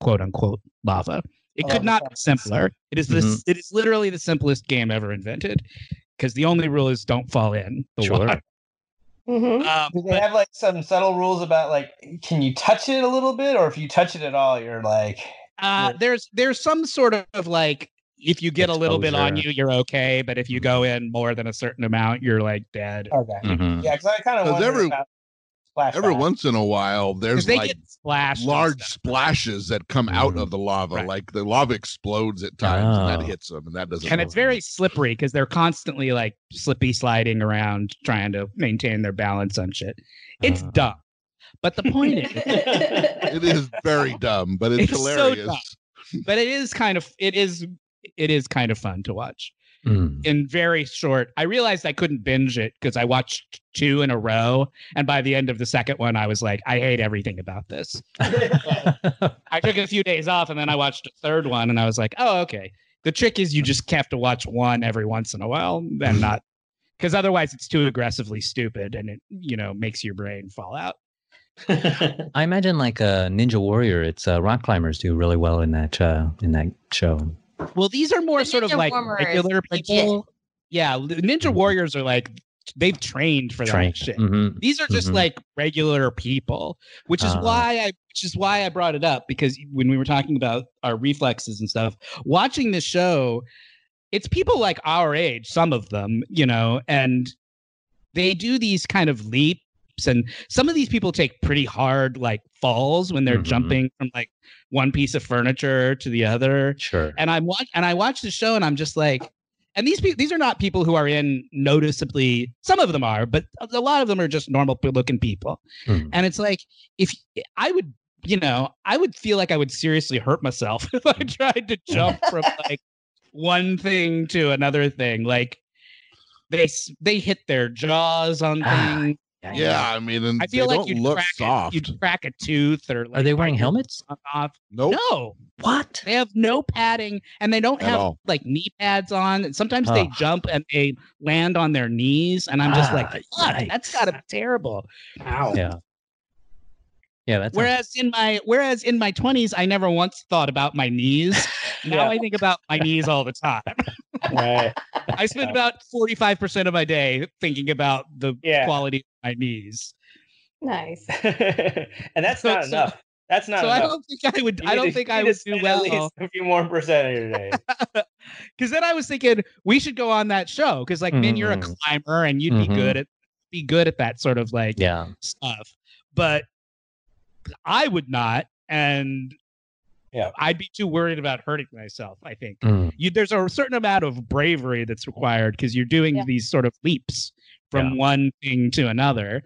S1: quote unquote lava. It
S4: I
S1: could
S4: love
S1: not
S4: the
S1: be simpler. It is this.
S6: Mhm.
S1: It is literally the simplest game ever invented, because the only rule is don't fall in the
S6: Sure.
S3: *laughs*
S1: water.
S5: Mhm.
S1: Um,
S4: Do they
S1: but
S4: have like some subtle rules about like can you touch it a little bit, or if you touch it at all, you're like
S1: uh, there's there's some sort of like if you get a little bit on
S6: Exposure.
S1: you, you're okay, but if you go in more than a certain amount, you're like dead.
S4: okay,
S6: Mhm.
S4: yeah. Because I kind of
S3: Does
S4: wonder
S3: every-
S4: about
S3: *laughs*
S4: splash.
S3: Every once in a while,
S1: Because
S3: there's
S1: they
S3: like
S1: get splashed. and
S3: large
S1: stuff.
S3: splashes that come out
S6: Mhm.
S3: of the lava.
S1: Right.
S3: Like the lava explodes at times and
S6: Oh.
S3: that hits them and that doesn't
S1: and it's
S3: work.
S1: very slippery because they're constantly like slippy sliding around trying to maintain their balance on shit. It's
S6: Uh.
S1: dumb. But the point
S5: *laughs*
S1: is,
S6: *laughs*
S5: Mm-hmm.
S3: it is very
S1: *laughs*
S3: dumb, but it's,
S1: It's so
S3: hilarious.
S1: dumb. but it is kind of it is it is kind of fun to watch.
S6: Mm.
S1: In very short, I realized I couldn't binge it because I watched two in a row, and by the end of the second one, I was like, I hate everything about this.
S6: Mm.
S1: I took a few days off, and then I watched a third one, and I was like, oh okay. The trick is you just have to watch one every once in a while, and not because otherwise it's too aggressively stupid, and it you know makes your brain fall out.
S6: *laughs* I imagine like a Ninja Warrior. It's uh, rock climbers do really well in that uh, in that show.
S1: Well, these are more
S7: The
S1: sort of
S7: Ninja
S1: like
S7: Warrior is
S1: regular
S7: legit.
S1: people. Yeah, l- Ninja
S6: Mhm.
S1: Warriors are like they've trained for
S6: Train-
S1: that shit.
S6: Mhm.
S1: These are just
S6: Mhm.
S1: like regular people, which is
S6: Uh-huh.
S1: why I which is why I brought it up because when we were talking about our reflexes and stuff, watching this show, it's people like our age, some of them, you know, and they do these kind of leaps and some of these people take pretty hard like falls when they're
S6: Mhm.
S1: jumping from like one piece of furniture to the other
S6: Sure.
S1: and I'm watch and I watch the show and I'm just like, and these people these are not people who are in noticeably. Some of them are, but a- a lot of them are just normal looking people.
S6: Mhm.
S1: And it's like if I would, you know, I would feel like I would seriously hurt myself *laughs* if I tried to jump from like one thing to another thing. Like they s- they hit their jaws on
S6: Ah,
S1: things.
S3: Yeah, I mean, and
S1: I feel
S3: they
S1: like
S3: don't
S1: you'd
S3: look
S1: crack,
S3: soft.
S1: A, you'd crack a tooth or. Like
S6: Are they wearing
S1: bite your
S6: helmets?
S1: tongue Off.
S3: Nope.
S1: No,
S6: What?
S1: they have no padding, and they don't
S3: At
S1: have
S3: all.
S1: like knee pads on. And sometimes they
S6: Ugh.
S1: jump and they land on their knees, and I'm just like,
S6: Ah,
S1: "Fuck, that's
S6: yikes."
S1: gotta be terrible."
S4: Ow.
S3: *laughs*
S6: Yeah. Yeah, that's
S1: Whereas in my whereas in my 20s, I never once thought about my
S4: *laughs*
S1: knees. Now
S4: Yeah.
S1: I think about my knees all the
S4: *laughs*
S1: time.
S4: Right.
S1: I spend about 45% of my day thinking about the
S4: Yeah.
S1: quality of my knees.
S5: Nice.
S4: *laughs* and that's
S1: So-
S4: not
S1: so-
S4: enough. That's not
S1: so I
S4: enough.
S1: don't think I would
S4: You
S1: I
S4: need
S1: don't
S4: to-
S1: think
S4: you
S1: I
S4: need to
S1: would do
S4: spend
S1: well.
S4: At least a few more percent of your *laughs* day.
S1: Because then I was thinking we should go on that show because like Ben, you're a
S4: Mm-hmm.
S6: Mm.
S1: climber and you'd be
S6: Mhm.
S1: good at be good at that sort of like
S6: yeah.
S1: stuff. But I would not, and
S4: Yeah.
S1: I'd be too worried about hurting myself. I think
S6: Mm.
S1: you, there's a certain amount of bravery that's required because you're doing
S5: Yeah.
S1: these sort of leaps from
S6: Yeah.
S1: one thing to another,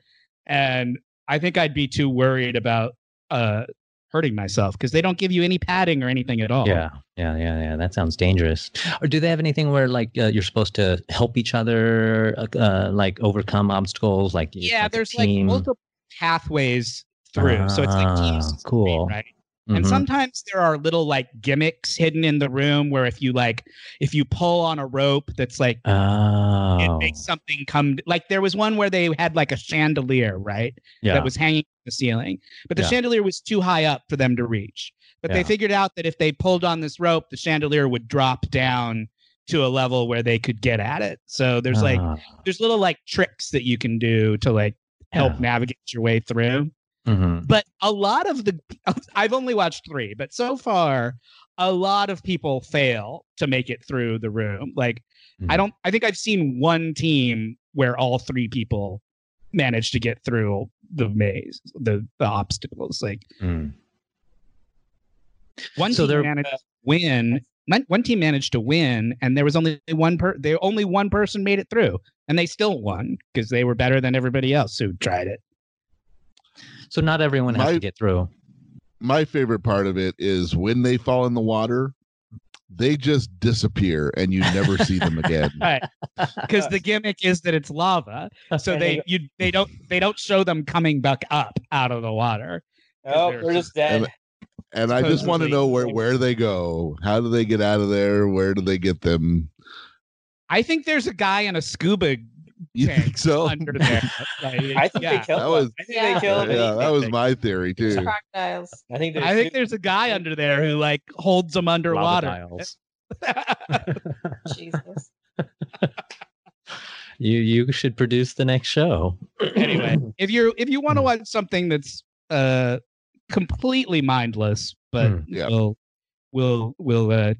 S1: and I think I'd be too worried about uh, hurting myself because they don't give you any padding or anything at all.
S6: Yeah, yeah, yeah, yeah. That sounds dangerous. Or do they have anything where like uh, you're supposed to help each other, uh, uh, like overcome obstacles? Like you-
S1: yeah
S6: a
S1: there's
S6: team?
S1: like multiple pathways through so it's like
S6: Ah,
S1: teams is great,
S6: cool.
S1: right and
S6: Mhm.
S1: sometimes there are little like gimmicks hidden in the room where if you like if you pull on a rope that's like
S6: Oh,
S1: it makes something come like there was one where they had like a chandelier right
S6: yeah.
S1: that was hanging from the ceiling but the
S6: Yeah.
S1: chandelier was too high up for them to reach but
S6: Yeah.
S1: they figured out that if they pulled on this rope the chandelier would drop down to a level where they could get at it so there's like
S6: Ah,
S1: there's little like tricks that you can do to like help
S6: Yeah.
S1: navigate your way through.
S6: mhm.
S1: But a lot of the *laughs* I've only watched 3, but so far a lot of people fail to make it through the room. Like I
S6: Mhm.
S1: don't I think I've seen one team where all three people managed to get through the maze, the the obstacles. Like
S6: Mm.
S1: one
S6: So
S1: team
S6: there-
S1: managed to win. One, one team managed to win, and there was only one per. They only one person made it through, and they still won because they were better than everybody else who tried it.
S6: So not everyone has
S3: My-
S6: to get through.
S3: My favorite part of it is when they fall in the water, they just disappear and you never
S1: *laughs*
S3: see them again.
S1: Because
S6: *laughs*
S1: the gimmick is that it's lava, so they you they don't they don't show them coming back up out of the water.
S4: Oh,
S1: they're-
S4: we're just dead.
S3: And I just want to
S1: Supposedly.
S3: know where where they go. How do they get out of there? Where do they get them? *laughs*
S1: I think there's a guy in a scuba
S3: You
S1: tank
S3: think so?
S1: under there. Like,
S4: *laughs* I think
S1: yeah.
S4: they killed
S3: That
S4: him.
S3: was-
S4: I think
S5: Yeah.
S4: they killed him.
S3: *laughs* yeah, that was
S1: think.
S3: my theory too.
S5: Crocodiles.
S4: I think
S1: I think there's a guy under there who like holds them underwater.
S6: Lava *laughs*
S5: Jesus.
S6: you you should produce the next show.
S4: *laughs*
S1: anyway, if you if you want to
S6: Hmm.
S1: watch something that's uh completely mindless, but
S6: Hmm.
S3: Yeah.
S1: will will will uh
S3: If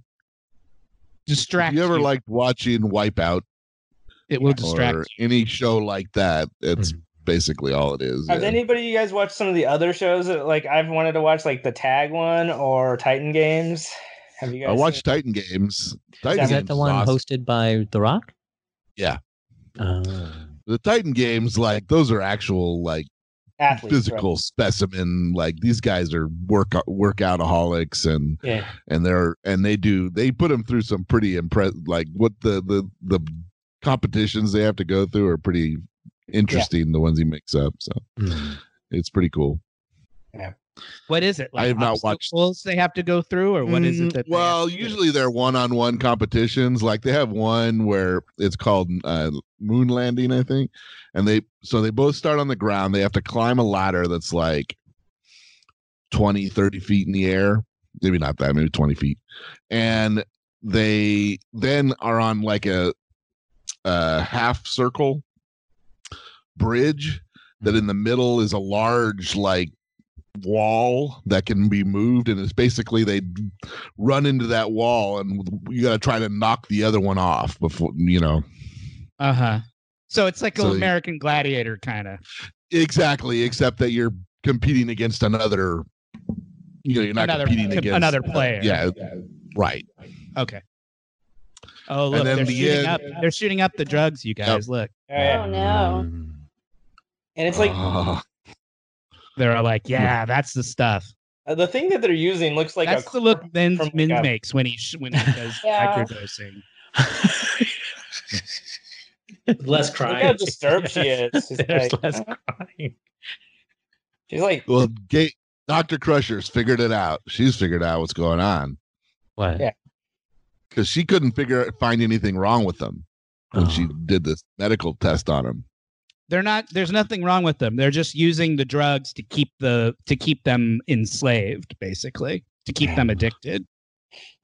S1: distract
S3: you
S1: you,
S3: ever liked watching Wipeout
S1: it will distract
S3: or
S1: you.
S3: any show like that, it's
S6: Hmm.
S3: basically all it is.
S4: Have
S3: yeah.
S4: anybody you guys watched some of the other shows that like I've wanted to watch, like the Tag one or Titan Games? Have you guys?
S3: I
S4: seen-
S3: watched Titan Games. Titan
S6: Is
S3: Games
S6: that the
S3: is
S6: one
S3: awesome.
S6: hosted by The Rock?
S3: Yeah.
S6: Oh.
S3: the Titan Games, like those are actual like
S4: athletes, right?
S3: physical specimen. Like these guys are work workoutaholics and
S4: Yeah,
S3: and they're and they do they put them through some pretty impress like what the the the competitions they have to go through are pretty interesting. The ones he makes up, so
S6: Mm.
S3: it's pretty cool.
S1: What is it?
S3: I have not watched-
S1: obstacles they have to go through, or what is
S3: Mm,
S1: it that? they have
S3: well
S1: to do?
S3: usually they're one-on-one competitions like they have one where it's called uh, moon landing i think and they so they both start on the ground they have to climb a ladder that's like 20 30 feet in the air maybe not that maybe 20 feet and they then are on like a, a half circle bridge that
S1: Mm-hmm.
S3: in the middle is a large like wall that can be moved and it's basically they run into that wall and you got to try to knock the other one off before you know
S1: uh huh. So it's like
S3: So
S1: an
S3: you-
S1: American Gladiator kind of.
S3: exactly except that you're competing against another you know you're not
S1: Another-
S3: competing
S1: com-
S3: against
S1: another player.
S3: yeah right
S1: Okay. Oh look,
S3: then
S1: they're
S3: the
S1: shooting
S3: end-
S1: up. They're shooting up the drugs, you guys. Look,
S4: Oh, yeah.
S5: Oh, no.
S6: Mm.
S4: and it's like
S3: Ah,
S1: they're like, yeah, that's the stuff.
S3: Oh.
S4: uh, the thing that they're using looks like
S1: that's
S4: a
S1: the look Min,
S4: from, like,
S1: Min
S4: a- *laughs*
S1: makes when he sh- when he does
S5: Yeah.
S1: microdosing.
S2: Less
S6: Look
S4: Look how
S2: crying.
S4: disturbed she *laughs* is. She's
S6: There's
S4: like,
S6: less crying.
S4: she's like,
S3: Well, gay, Dr. Crusher's figured it out. She's figured out what's going on
S6: What?
S4: Yeah.
S3: because she couldn't figure find anything wrong with them when
S6: Oh.
S3: she did this medical test on him.
S1: They're not. There's nothing wrong with them. They're just using the drugs to keep the to keep them enslaved, basically, to keep them addicted.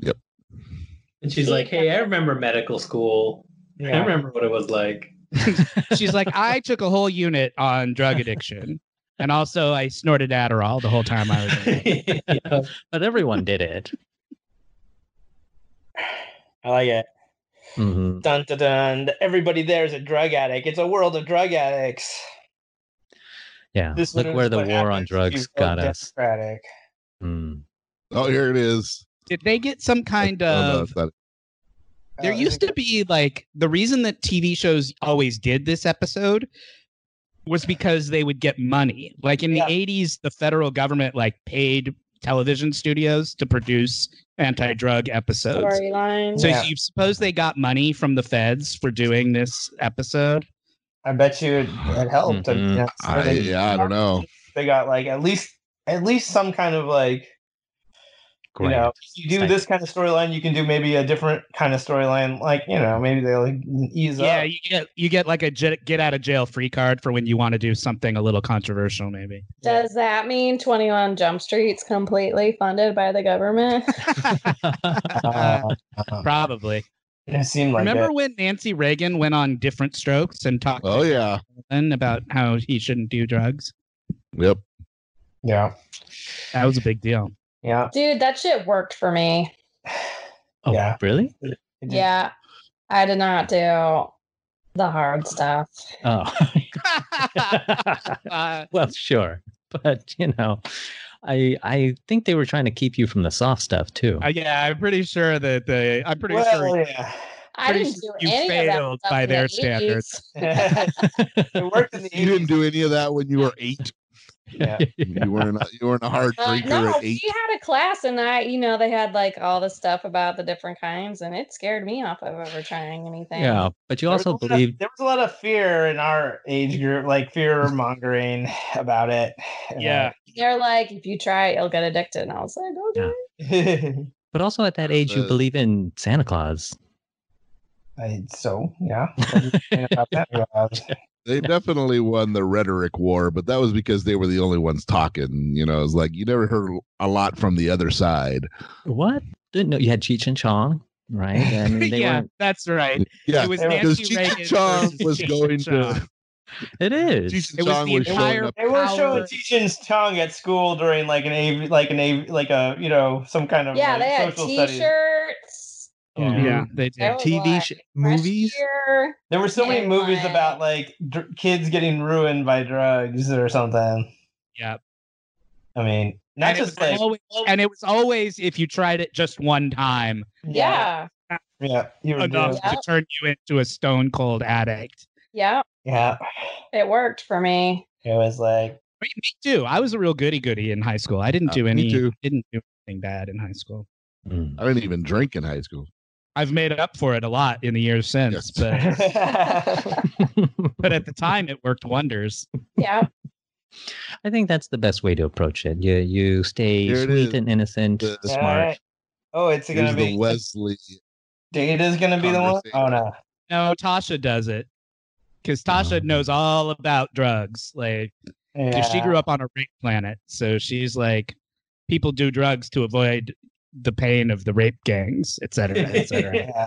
S2: And she's like, hey, I remember medical school. I
S4: yeah.
S2: remember what it was like.
S1: She's
S3: *laughs*
S1: like, I took a whole unit on drug addiction, and also I snorted Adderall the whole time I was. in it."
S2: Yeah.
S6: but everyone did it.
S4: *laughs* I like it.
S6: Mhm.
S4: Dun dun dun. Everybody there is a drug addict. It's a world of drug addicts.
S6: Yeah.
S4: This
S6: Look
S4: is
S6: where the
S4: what
S6: war on
S4: happens if you
S6: drugs
S4: vote
S6: got us.
S4: Democratic.
S6: Mm.
S3: Oh, here it is.
S1: Did they get some kind
S3: Oh, no,
S1: of
S3: it's not-
S1: There
S4: Uh,
S1: used to be like the reason that TV shows always did this episode was because they would get money. Like in
S4: Yeah.
S1: the 80s, the federal government like paid television studios to produce anti-drug episodes.
S5: Storyline.
S1: So
S4: Yeah.
S1: you suppose they got money from the feds for doing this episode?
S4: I bet you it, it helped.
S6: Mhm.
S4: you know, so
S3: I,
S4: they-
S3: yeah, I don't know.
S4: They got like at least at least some kind of like
S6: Great.
S4: you know if you do
S6: Thank
S4: this kind of storyline, you can do maybe a different kind of storyline. Like you know maybe they like ease
S1: Yeah,
S4: up.
S1: you get you get like a j- get out of jail free card for when you want to do something a little controversial maybe.
S5: Does that mean 21 Jump Street's completely funded by the government?
S6: *laughs*
S4: *laughs*
S1: Uh,
S4: Uh-huh.
S1: Probably.
S4: it seemed like
S1: Remember
S4: it.
S1: when Nancy Reagan went on different strokes and talked
S3: Oh,
S1: to
S3: yeah.
S1: Ellen about how he shouldn't do drugs?
S3: Yep.
S4: Yeah,
S1: That was a big
S3: *laughs*
S1: deal.
S4: yeah,
S5: Dude, that shit worked for me.
S6: oh,
S4: yeah. *laughs*
S6: really?
S4: It did.
S5: Yeah. I did not do the hard stuff.
S6: Oh. *laughs*
S1: Uh,
S6: well, sure. But, you know, I I think they were trying to keep you from the soft stuff too.
S1: uh, yeah, I'm pretty sure that they. I'm pretty sure.
S4: Well,
S6: *laughs*
S5: I
S1: Pretty
S5: didn't do
S1: sure you
S5: any
S1: failed
S5: of that stuff
S1: by
S5: in the
S1: their
S5: 80s.
S1: standards.
S4: yeah. *laughs* it worked in the
S3: You didn't
S4: 80s.
S3: do any of that when you were eight. *laughs*
S4: Yeah.
S3: You weren't. A, you weren't a hard
S5: Uh,
S3: drinker
S5: no,
S3: at eight.
S5: she had a class, and I, you know, they had like all the stuff about the different kinds, and it scared me off of ever trying anything.
S6: Yeah, but you
S4: There was
S6: also
S4: a lot of-
S6: believed
S4: there was a lot of fear in our age group, like fear mongering about it. and,
S1: Yeah.
S5: They're like, if you try it, you'll get addicted. And I was like, okay.
S4: like,
S6: But also at that age, you
S3: Uh,
S6: believe in Santa Claus.
S4: *laughs* I, so yeah. What do you think about
S1: *laughs*
S4: that, Rob?
S3: They definitely won the rhetoric war, but that was because they were the only ones talking. You know, it's like you never heard a lot from the other side.
S6: What? Didn't know you had Cheech and Chong, right?
S3: *laughs*
S6: I
S1: *laughs*
S6: mean, they
S1: yeah,
S6: weren't-
S1: that's right.
S3: Yeah,
S1: It was
S4: they were-
S3: because
S1: Nancy
S3: Cheech and
S1: Reagan. *laughs*
S3: Chong
S1: versus
S3: was
S1: Cheech
S3: going
S1: and Chong.
S3: to.
S6: it
S3: *laughs* Cheech
S6: is.
S3: and
S1: It was
S3: Chong
S1: the
S3: was showing
S1: entire-
S3: up.
S4: They were showing
S1: Our-
S4: Teachin's tongue at school during like an AV, like an AV, like a you know some kind of
S5: Yeah,
S4: like,
S5: they had
S4: social studies.
S5: T-shirts.
S4: Yeah.
S1: Yeah, they
S5: That
S1: did.
S6: TV
S5: was like
S6: sh-
S5: fresh
S6: movies.
S5: year.
S4: There were so many
S5: And,
S4: movies
S5: like-
S4: about like dr- kids getting ruined by drugs or something.
S1: Yeah,
S4: I mean,
S1: and
S4: not just
S1: it was
S4: like
S1: always, and it was always if you tried it just one time
S5: Yeah.
S4: yeah, you were
S1: enough
S4: doing-
S1: to turn you into a stone cold addict.
S5: yeah,
S4: yeah.
S5: it worked for me.
S4: It was like
S1: Me, me too. I was a real goody goody in high school. I didn't
S3: Uh,
S1: do
S3: me
S1: any.
S3: too.
S1: Didn't do anything bad in high school.
S6: Mm.
S3: I didn't even drink in high school.
S1: I've made up for it a lot in the years since,
S2: *laughs*
S1: but
S4: *laughs*
S1: but at the time it worked wonders.
S5: Yeah,
S6: I think that's the best way to approach it. You you stay
S3: Here it is.
S6: sweet and innocent,
S3: The-
S6: smart.
S4: Alright. Oh, it's
S3: Here's
S4: gonna be
S3: the Wesley.
S4: Data's gonna be the one. Oh no.
S1: No, Tasha does it because
S2: Ah.
S1: Tasha
S6: Oh.
S1: knows all about drugs. Like 'cause she grew up on a rape planet, so she's like, people do drugs to avoid the pain of the rape gangs, etc., cetera, etc.
S2: *laughs*
S1: Cetera.
S4: Yeah.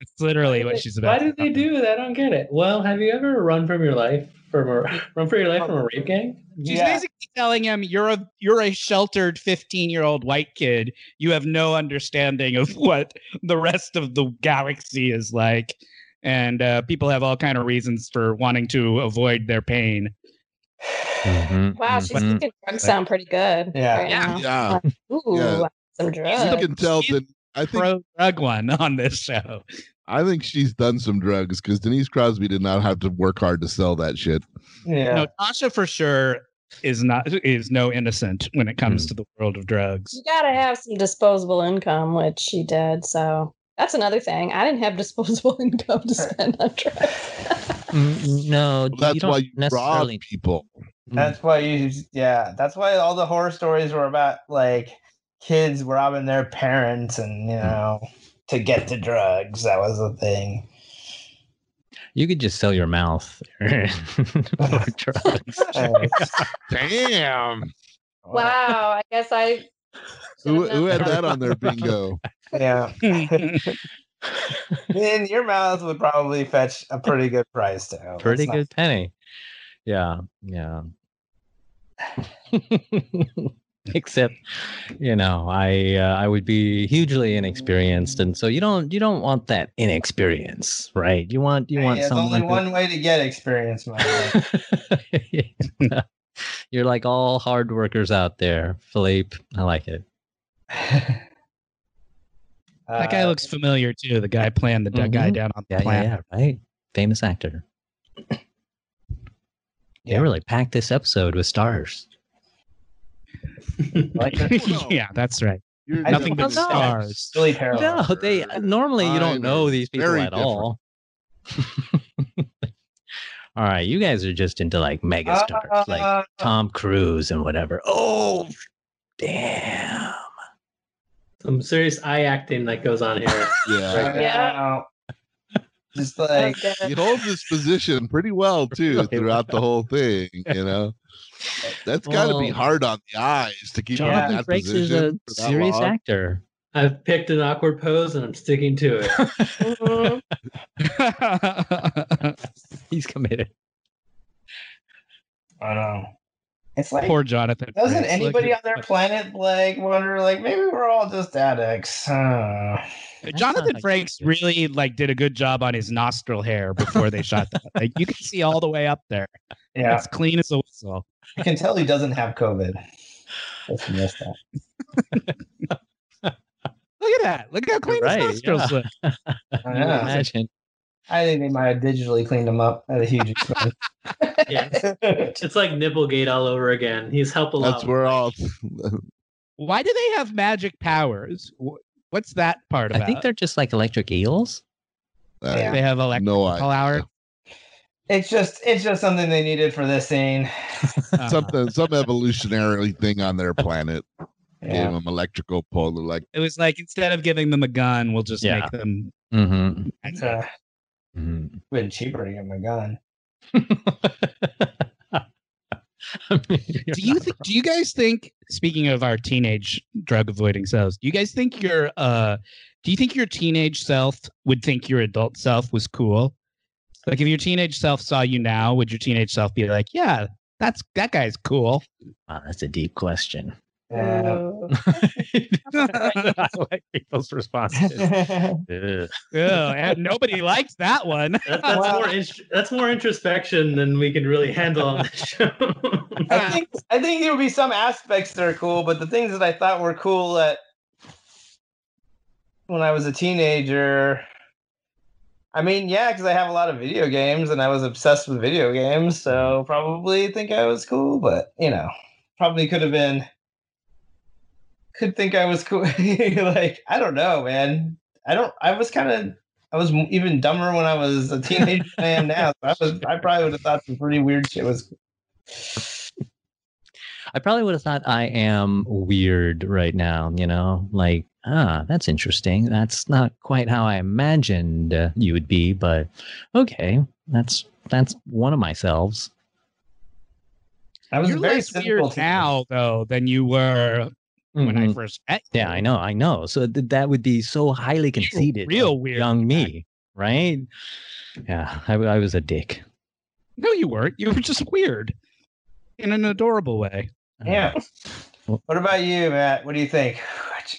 S1: It's literally what she's
S2: Why
S1: about.
S2: do they do it? I don't get it. Well, have you ever run from your life from a run for your life from a rape gang?
S1: She's
S4: Yeah.
S1: basically telling him you're a you're a sheltered 15 year old white kid. You have no understanding of *laughs* what the rest of the galaxy is like, and uh, people have all kind of reasons for wanting to avoid their pain.
S6: Mhm,
S5: wow, she's
S6: mhm.
S5: making drugs sound pretty good.
S4: Yeah.
S5: right
S1: Mm-hmm. Yeah.
S5: now.
S3: Yeah,
S5: Ooh,
S3: Yeah.
S5: some
S3: you
S5: drugs.
S3: can tell
S1: She's
S3: that. I think
S1: Pro drug one *laughs* on this show.
S3: I think she's done some drugs because Denise Crosby did not have to work hard to sell that shit.
S4: Yeah.
S1: No, Tasha for sure is not is no innocent when it comes
S6: Hmm.
S1: to the world of drugs.
S6: *laughs*
S5: You gotta have some disposable income, which
S6: *laughs*
S5: she *laughs* did. So that's another thing. I didn't have disposable income to spend on drugs.
S6: Mm, No,
S3: Well, that's
S6: you don't
S3: why you rob
S6: necessarily.
S3: people.
S4: That's why you, yeah, that's why all the horror stories were about like kids robbing their parents and, you know, to get to drugs. That was the thing.
S6: You could just sell your mouth *laughs*
S3: Mm.
S6: for drugs.
S3: Damn.
S2: *laughs*
S5: Wow, I guess I.
S3: who,
S5: should've
S3: who
S5: known
S3: had that on their *laughs* bingo?
S4: Yeah.
S6: Uh,
S4: In your mouth would probably fetch a pretty good price, too. Let's
S6: Pretty
S4: not-
S6: good penny. Yeah, yeah. *laughs* Except, you know, I uh, I would be hugely inexperienced, and so you don't you don't want that inexperience, right? You want you
S4: Hey,
S6: want
S4: there's
S6: someone.
S4: only
S6: who-
S4: one way to get
S6: *laughs*
S4: experience, my man.
S6: You're like all hard workers out there, Philippe. I like it.
S1: That guy
S4: Uh,
S1: looks familiar too. The guy playing the d- guy
S6: Mhm.
S1: down on the
S6: Yeah, yeah,
S1: planet.
S6: yeah, right. Famous actor. They
S4: Yeah.
S6: really packed this episode with stars.
S4: like
S1: *laughs* Yeah,
S4: it.
S1: that's right.
S3: You're
S4: I
S1: Nothing
S4: don't
S1: but
S6: know.
S5: Oh,
S1: stars. *laughs*
S4: Really terrible.
S6: No, they uh, normally you don't
S3: Mine
S6: know
S3: is
S6: these people
S3: very
S6: at all. *laughs* all right, you guys are just into like mega stars, like
S4: Uh,
S6: Tom Cruise and whatever. Oh, damn!
S2: Some serious eye acting that goes on here.
S3: Yeah.
S4: right
S5: Yeah.
S4: now. Just
S5: that.
S4: like
S5: That was good.
S3: He holds his position pretty well too
S6: Really
S3: throughout the whole thing, you know. That's got to be
S6: Well,
S3: hard on the eyes to keep him in
S6: Jonathan
S3: that
S6: Frakes
S3: position.
S6: is a
S3: for that
S6: serious
S3: long.
S6: actor. *laughs*
S2: I've picked an awkward pose and I'm sticking to it.
S5: Mhm.
S6: He's committed.
S4: *laughs* I don't know. It's like
S1: Poor Jonathan.
S4: doesn't
S1: Frakes. Look
S4: anybody on
S1: at-
S4: their planet like wonder like maybe we're all just addicts? *sighs* Huh. *laughs*
S1: Jonathan
S6: That's not like-
S1: Frakes really like did a good job on his nostril hair before they shot
S4: *laughs*
S1: that. Like you can see all the way up there.
S4: Yeah,
S1: It's clean as a whistle.
S4: you can tell he doesn't have COVID. Just missed that.
S1: Look at that. Look how clean
S6: right,
S1: his nostrils
S6: yeah.
S1: look.
S4: I,
S6: Can you
S4: don't know.
S6: Imagine.
S4: I think they might have digitally cleaned him up at a huge expense. *laughs*
S2: Yeah. It's like Nipplegate all over again. He's helped a lot.
S3: That's where all. *laughs*
S1: Why do they have magic powers? Wh- What's that part about?
S6: I think they're just like electric eels.
S3: I-
S1: they have electrical
S3: No idea.
S6: *laughs*
S1: power.
S4: it's just it's just something they needed for this scene.
S1: Uh-huh.
S3: Something, some evolutionary thing on their planet gave
S4: Yeah.
S3: them electrical pole. Like,
S1: It was like instead of giving them a gun, we'll just
S6: Yeah.
S1: make them.
S6: Mm-hmm.
S4: It's uh,
S6: mm-hmm.
S4: been cheaper to get my gun.
S6: I mean,
S1: *laughs*
S6: you're
S1: do you
S6: not
S1: think do you guys think speaking of our teenage drug avoiding selves do you guys think your uh do you think your teenage self would think your adult self was cool like if your teenage self saw you now would your teenage self be like yeah that's that guy's cool
S6: *laughs* Wow, that's a deep question.
S4: *laughs* Yeah.
S5: Ooh.
S6: *laughs* I like people's *laughs* responses. Ugh.
S1: Ew, and *laughs* nobody likes that one
S2: That, that's
S4: Wow.
S2: more int- that's more introspection than we can really handle on this show. *laughs*
S4: I think I think there would be some aspects that are cool, but the things that I thought were cool at when I was a teenager. I mean, yeah, because I have a lot of video games and I was obsessed with video games, so probably think I was cool, but you know, probably could have been could think I was cool. *laughs* like, I don't know, man. I don't I was kind of I was m- even dumber when I was a teenager than I am now. So I was I probably would have thought some pretty weird shit was
S6: I probably would have thought I am weird right now, you know? Like, ah, that's interesting. That's not quite how I imagined uh, you would be, but okay. That's that's one of myselves.
S4: I was
S1: you're
S4: a very
S1: less
S4: cynical
S1: weird
S3: *laughs*
S4: teenager.
S1: now though than you were when Mm-hmm. i
S6: Mhm.
S1: first met you.
S6: Yeah, I know, I know. So th- that would be so highly conceited.
S1: real
S6: of
S1: weird
S6: young
S1: back.
S6: me, right? Yeah, I, w- I was a dick.
S1: no you weren't you were just weird in an adorable way
S6: Uh,
S4: Yeah.
S6: Well-
S4: What about you, Matt? What do you think?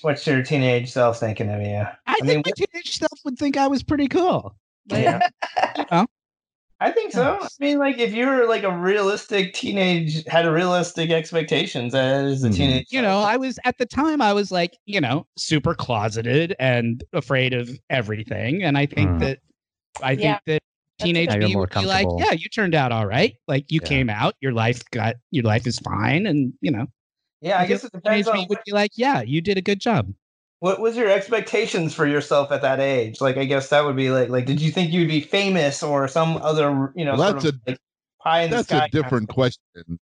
S4: What's your teenage self thinking of you?
S1: i, think
S4: mean,
S1: my teenage self would think i was pretty cool *laughs* yeah.
S4: I think so. I mean, like if you were like a realistic teenage, had a realistic expectations as a
S3: Hmm.
S6: Mhm.
S4: teenager,
S1: you know, I was at the time I was like, you know, super closeted and afraid of everything. And I think
S6: Mm.
S1: that I
S5: Yeah.
S1: think that
S5: That's
S1: teenage
S6: Now you're
S1: me
S6: more
S1: would be like,
S6: comfortable.
S1: yeah, you turned out all right. Like you
S6: Yeah.
S1: came out, your life got your life is fine, and you know,
S4: yeah, I
S1: you
S4: guess it
S1: teenage
S4: depends
S1: me
S4: on
S1: would be like, yeah, you did a good job.
S4: What was your expectations for yourself at that age? Like, I guess that would be like, like, did you think you'd be famous or some other, you know,
S3: Well,
S4: sort
S3: that's
S4: of,
S3: a-
S4: like, pie in the
S3: That's
S4: sky?
S3: a
S4: kind of
S3: different question.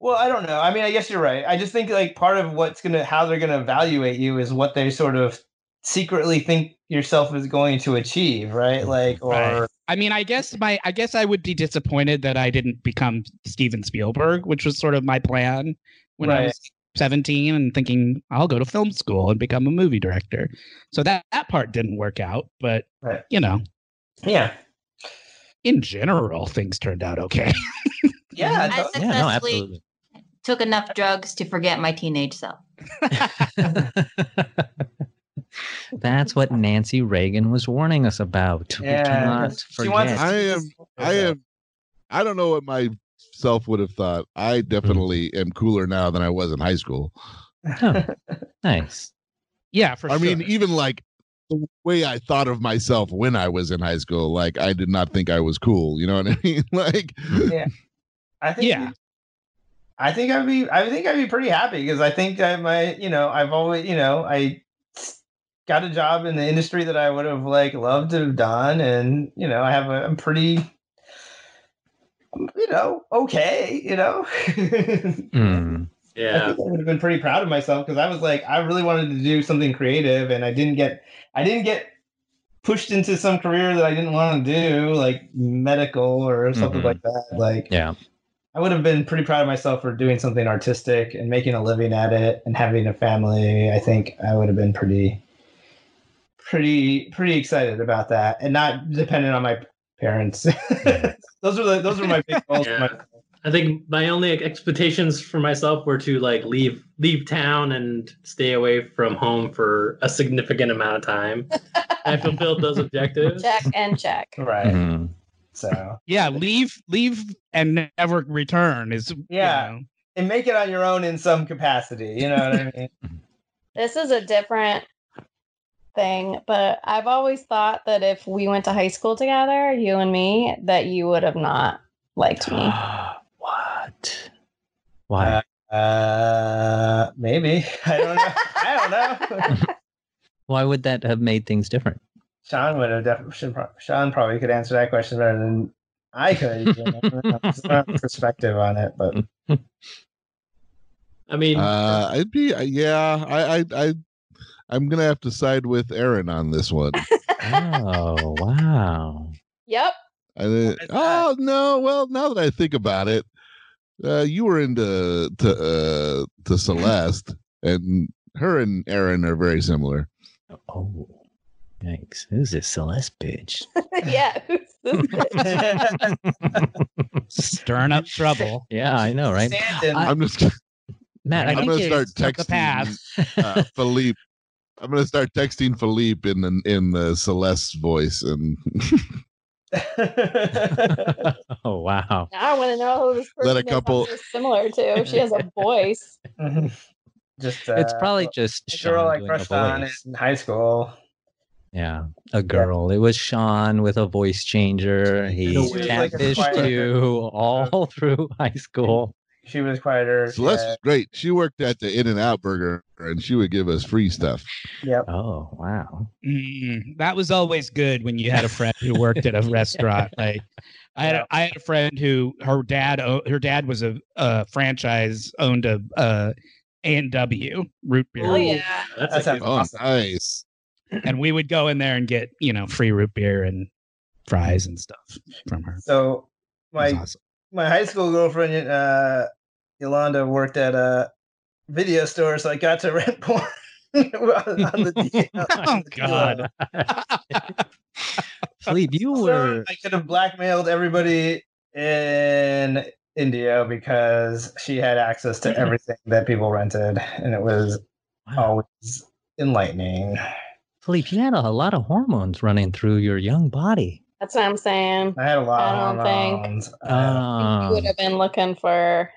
S4: Well, I don't know. I mean, I guess you're right. I just think like part of what's gonna how they're gonna evaluate you is what they sort of secretly think yourself is going to achieve, right? Like or
S1: Right. I mean, I guess my I guess I would be disappointed that I didn't become Steven Spielberg, which was sort of my plan when I
S4: Right.
S1: was 17 and thinking I'll go to film school and become a movie director. So that that part didn't work out, but
S4: Right.
S1: you know,
S4: yeah.
S1: in general things turned out okay. *laughs*
S4: Yeah.
S7: I
S4: to-
S6: Yeah, no,
S7: successfully took enough drugs to forget my teenage self.
S6: absolutely. *laughs* That's
S4: *laughs*
S6: what Nancy Reagan was warning us about. We
S4: Yeah.
S6: cannot
S4: She wants
S6: forget.
S4: us to
S3: I
S4: be
S3: am-
S4: successful.
S3: I am. I don't know what myself would have thought. I definitely am cooler now than I was in high school.
S6: nice.
S1: yeah, for
S3: I
S1: sure.
S3: mean, even like the way I thought of myself when I was in high school, like I did not think I was cool. You know what I *laughs* mean? Like,
S4: I think
S1: Yeah.
S4: I think I'd be I think I'd be pretty happy because I think I might, you know, I've always, you know, I got a job in the industry that I would have like loved to have done and, you know, I have a I'm pretty you know, okay, you know. *laughs*
S6: Mm.
S4: I
S2: Yeah.
S4: think I would have been pretty proud of myself because I was like, I really wanted to do something creative, and I didn't get, I didn't get pushed into some career that I didn't want to do, like medical or something
S6: Mhm.
S4: like that. Like,
S6: Yeah.
S4: I would have been pretty proud of myself for doing something artistic and making a living at it and having a family. I think I would have been pretty, pretty, pretty excited about that, and not dependent on my parents. *laughs* those are the, those are my big goals. for
S2: Yeah.
S4: my,
S2: I think my only expectations for myself were to like leave leave town and stay away from home for a significant amount of time. I fulfilled those objectives.
S5: Check and check.
S4: *laughs* right.
S6: Mhm.
S4: So.
S1: yeah, leave leave and never return is you
S4: Yeah.
S1: know.
S4: and make it on your own in some capacity. You know what I mean?
S5: This is a different thing, but I've always thought that if we went to high school together, you and me, that you would have not
S6: *gasps*
S5: liked me.
S6: what? Why?
S4: Uh, maybe. I don't know. I don't know.
S6: Why would that have made things different?
S4: Sean would have definitely. Sean probably could answer that question better than I could. You know? I don't know. It's not a perspective on it, but
S2: I mean,
S3: uh, I'd be, yeah, I, I, I, I'm gonna have to side with Aaron on this one.
S6: Oh, wow.
S5: Yep.
S3: I didn't-
S4: is that?
S3: oh no, well, now that I think about it, uh, you were into to uh, to Celeste, and her and Aaron are very similar.
S6: Oh, yikes. Who's this Celeste bitch?
S5: *laughs* yeah. who's this
S4: *laughs*
S5: bitch?
S1: Stirring up trouble.
S6: yeah, I know, right?
S4: Stand-in.
S6: I-
S3: I'm just, *laughs* gonna-
S6: Matt, I
S3: I'm
S6: think
S3: gonna
S6: you-
S3: start
S1: took a
S3: texting
S1: pass.
S3: uh,
S6: *laughs*
S3: Philippe. I'm gonna start texting Philippe in the in the Celeste voice, and
S6: oh, wow.
S5: Now I want to know who this person
S3: Let a
S5: is I'm
S3: couple-
S5: so similar to. If she has a voice.
S4: Just uh,
S6: it's probably just
S4: a
S6: Sean
S4: girl I
S6: doing a
S4: crushed on
S6: voice.
S4: in high school.
S6: Yeah, a girl. It was Sean with a voice changer.
S2: She
S6: He
S2: was like a
S6: catfished
S4: choir.
S6: you all *laughs* through high school.
S4: She was quieter.
S3: Celeste was great. She worked at the In and Out Burger, and she would give us free stuff.
S4: Yeah. Yep.
S6: Oh, wow.
S1: Mm, that was always good when you had a friend who worked
S5: *laughs*
S1: at a restaurant. Like, I had a, I had a friend who her dad o- her dad was a, a franchise owned a uh, A and W root beer,
S5: Oh yeah.
S2: that's
S4: That
S2: like
S4: sounds
S3: Oh,
S4: awesome.
S3: nice.
S1: and we would go in there and get you know free root beer and fries and stuff from her. It was
S4: So my
S1: awesome.
S4: my high school girlfriend uh Yolanda worked at a video store, so I got to rent porn *laughs* on,
S1: *laughs*
S4: on the
S1: Oh God!
S6: Philippe, you
S4: So
S6: were.
S4: I could have blackmailed everybody in India because she had access to everything that people rented, and it was
S6: Wow.
S4: always enlightening.
S6: Philippe, you had a lot of hormones running through your young body.
S5: That's what I'm saying.
S4: I had a lot
S5: I
S4: of
S5: don't think-
S4: hormones. Uh,
S5: You would
S6: Um,
S5: have been looking for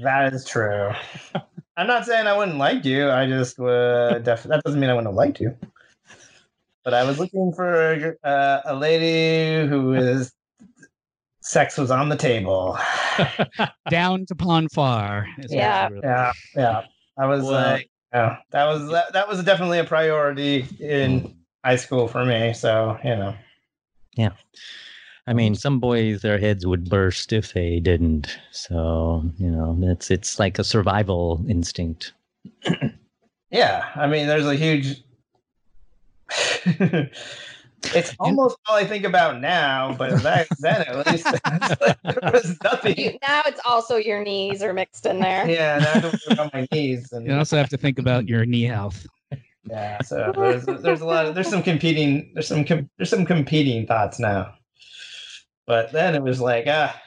S4: that is true. I'm not saying I wouldn't like you. I just would. Def- that doesn't mean I wouldn't have liked you. But I was looking for uh, a lady who is sex was on the table.
S1: Down to Pon Far. is what
S5: Yeah.
S1: she really-
S4: Yeah, yeah. I was
S2: Well-
S4: like, Yeah, that was that, that was definitely a priority in high school for me. So you know,
S6: I mean, some boys, their heads would burst if they didn't. So you know, it's it's like a survival instinct.
S4: yeah. I mean, there's a huge. *laughs* it's almost all I think about now, but back then at least *laughs* there was nothing.
S5: *laughs* You- now it's also your knees are mixed in there.
S6: *laughs*
S4: Yeah, and I don't work on my knees and
S1: You also have to think about your knee health.
S4: yeah. So there's there's a lot of there's some competing there's some com- there's some competing thoughts now, but then it was like ah,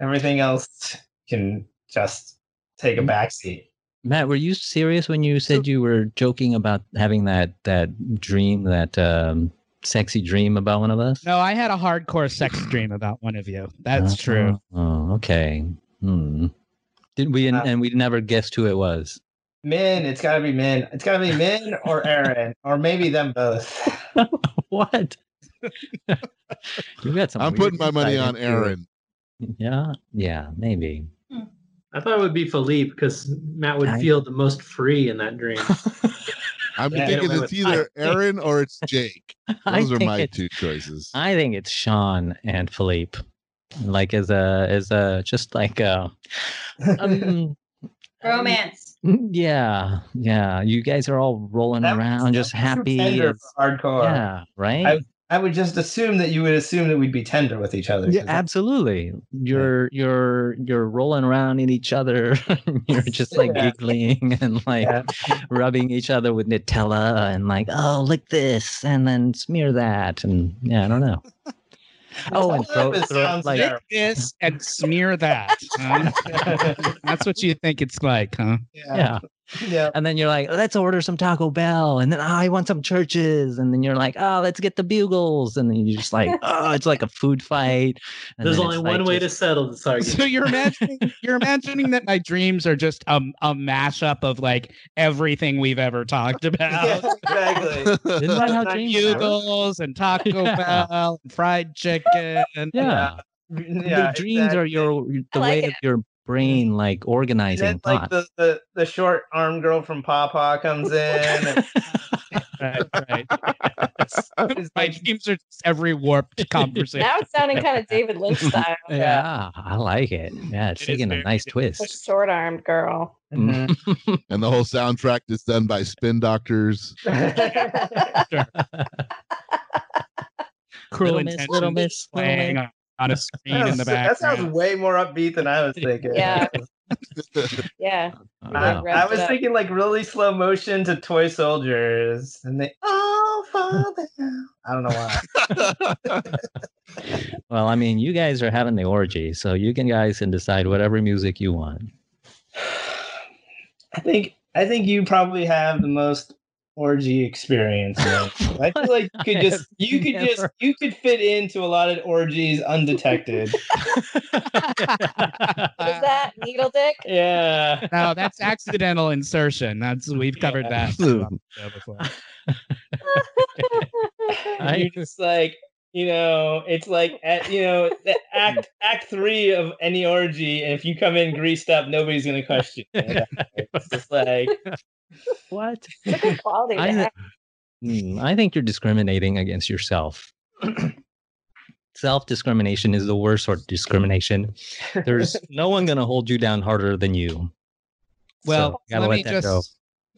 S4: everything else can just take
S6: Mm-hmm.
S4: a backseat.
S6: Matt, were you serious when you said you were joking about having that that dream, that um, sexy dream about one of us?
S1: No, I had a hardcore
S5: *laughs*
S1: sex dream about one of you. That's
S6: Oh,
S1: true.
S6: Oh, okay. Hmm. Did we
S4: Uh,
S6: and we never guessed who it was?
S4: Min, it's got to be Min. It's got to be Min or Aaron or maybe them both.
S6: *laughs* What? *laughs* you got some.
S3: I'm
S6: weird
S3: putting my money
S6: insight
S3: on
S6: into-
S3: Aaron.
S6: Yeah, yeah, maybe.
S2: I thought it would be Philippe because Matt would
S6: I-
S2: feel the most free in that dream.
S3: I'm
S4: Yeah,
S3: thinking
S2: get away
S3: it's
S2: with-
S3: either Aaron or it's Jake.
S6: *laughs* *laughs* I
S3: Those are
S6: think
S3: my
S6: it's-
S3: two choices.
S6: I think it's Sean and Philippe. Like as a as a just like a
S3: *laughs*
S6: um, mm,
S7: Romance.
S6: yeah yeah. You guys are all rolling
S4: That was-
S6: around, just
S4: That's true
S6: happy.
S4: Tender
S6: as-
S4: for hardcore.
S6: yeah, right.
S4: I would just assume that you would assume that we'd be tender with each other.
S6: Yeah,
S4: 'cause
S6: absolutely. You're you're you're rolling around in each other. *laughs* you're just like
S4: Yeah.
S6: giggling and like
S4: Yeah.
S6: rubbing each other with Nutella and like, oh, lick this and then smear that and yeah, I don't know. oh, and throw,
S4: Nutella
S6: throw
S4: sounds
S6: like
S4: terrible.
S1: This and smear that. huh? *laughs* That's what you think it's like, huh?
S6: yeah. *laughs*
S4: yeah.
S6: And then you're like, let's order some Taco Bell. And then oh, I want some churches. And then you're like, oh, let's get the bugles. And then you're just like, oh, it's like a food fight. And
S2: There's
S6: then
S2: only
S6: it's
S2: one
S6: like
S2: way
S6: just-
S2: to settle
S1: *laughs*
S2: this
S1: So
S2: argument.
S1: you're imagining you're imagining that my dreams are just um, a mashup of like everything we've ever talked about.
S4: *laughs* Yeah, exactly.
S6: Isn't that how
S4: Like
S6: dreams work?
S1: Bugles and
S4: *laughs*
S1: Taco
S6: Yeah.
S1: Bell and fried chicken.
S6: Yeah.
S4: Yeah,
S6: *laughs* the dreams are your the
S5: I like
S6: way
S5: it.
S6: of your brain like organizing
S4: Then, like
S6: thoughts.
S4: the, the, the short arm girl from Papa comes in. *laughs* And
S1: Right, right. *laughs*
S4: it's
S1: My
S4: like,
S1: dreams are just every
S4: *laughs*
S1: warped conversation.
S5: Now it's sounding
S6: *laughs*
S5: kind of David Lynch style.
S6: yeah. I like it. Yeah,
S1: It
S6: it's
S1: is
S6: taking a
S1: very
S6: nice
S1: good.
S5: The
S6: twist.
S5: short armed girl.
S4: *laughs* mhm.
S3: and the whole soundtrack is done by Spin Doctors. *laughs*
S1: Cruel
S6: Little miss,
S1: intentions
S6: little miss, little
S1: playing
S6: miss.
S1: on, on a screen
S4: That
S1: in the
S4: sounds- that sounds
S1: background.
S4: way more upbeat than *laughs* I was thinking.
S5: Yeah. Yeah.
S4: *laughs* I,
S6: Wow.
S4: I was thinking like really slow motion to toy soldiers and they oh father I don't know why.
S6: Well, I mean, you guys are having the orgy, so you can guys can decide whatever music you want.
S4: I think I think you probably have the most orgy experience. *laughs* man. I feel like you could just you could just
S6: Never.
S4: you could fit into a lot of orgies undetected.
S5: What is that? Needle dick? *laughs*
S4: yeah.
S1: *laughs* No, that's accidental insertion. That's we've covered that
S4: *laughs*
S1: before.
S6: I-
S4: You're just like you know, it's like at, you know, the act act three of any orgy, and if you come in greased up, nobody's gonna question. it. It's just like
S6: what?
S5: Look at quality.
S6: I-
S5: there.
S6: Hmm, I think you're discriminating against yourself. *clears throat* Self discrimination is the worst sort of discrimination. *laughs* There's no one going to hold you down harder than you.
S1: Well,
S6: So, you gotta
S1: let,
S6: let
S1: me
S6: that
S1: just
S6: go.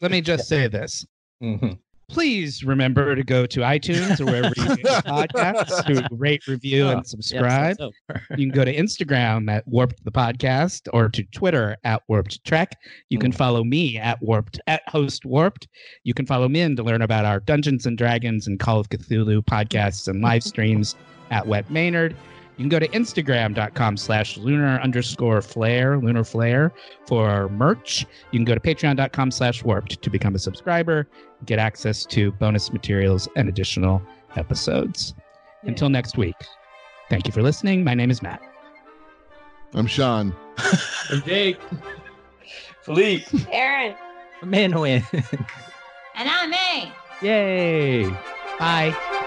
S1: let me just say this. Mm-hmm.
S6: *laughs* Mhm.
S1: Please remember to go to iTunes or wherever you
S6: *laughs*
S1: get your podcasts to rate, review,
S6: Oh,
S1: and subscribe.
S6: Yes, that's over.
S1: You can go to Instagram at Warped the Podcast or to Twitter at Warped Trek. You can
S6: Mm.
S1: follow me at Warped at Host Warped. You can follow Min to learn about our Dungeons and Dragons and Call of Cthulhu podcasts and live streams at Wet Maynard. You can go to Instagram.com slash lunar underscore flare, lunar flare for merch. You can go to patreon.com slash warped to become a subscriber, get access to bonus materials and additional episodes. Until next week. Thank you for listening. My name is Matt.
S3: I'm Sean.
S2: And Jake,
S4: Philippe.
S5: Aaron.
S6: Man win.
S7: And I'm A.
S6: Yay.
S1: Bye.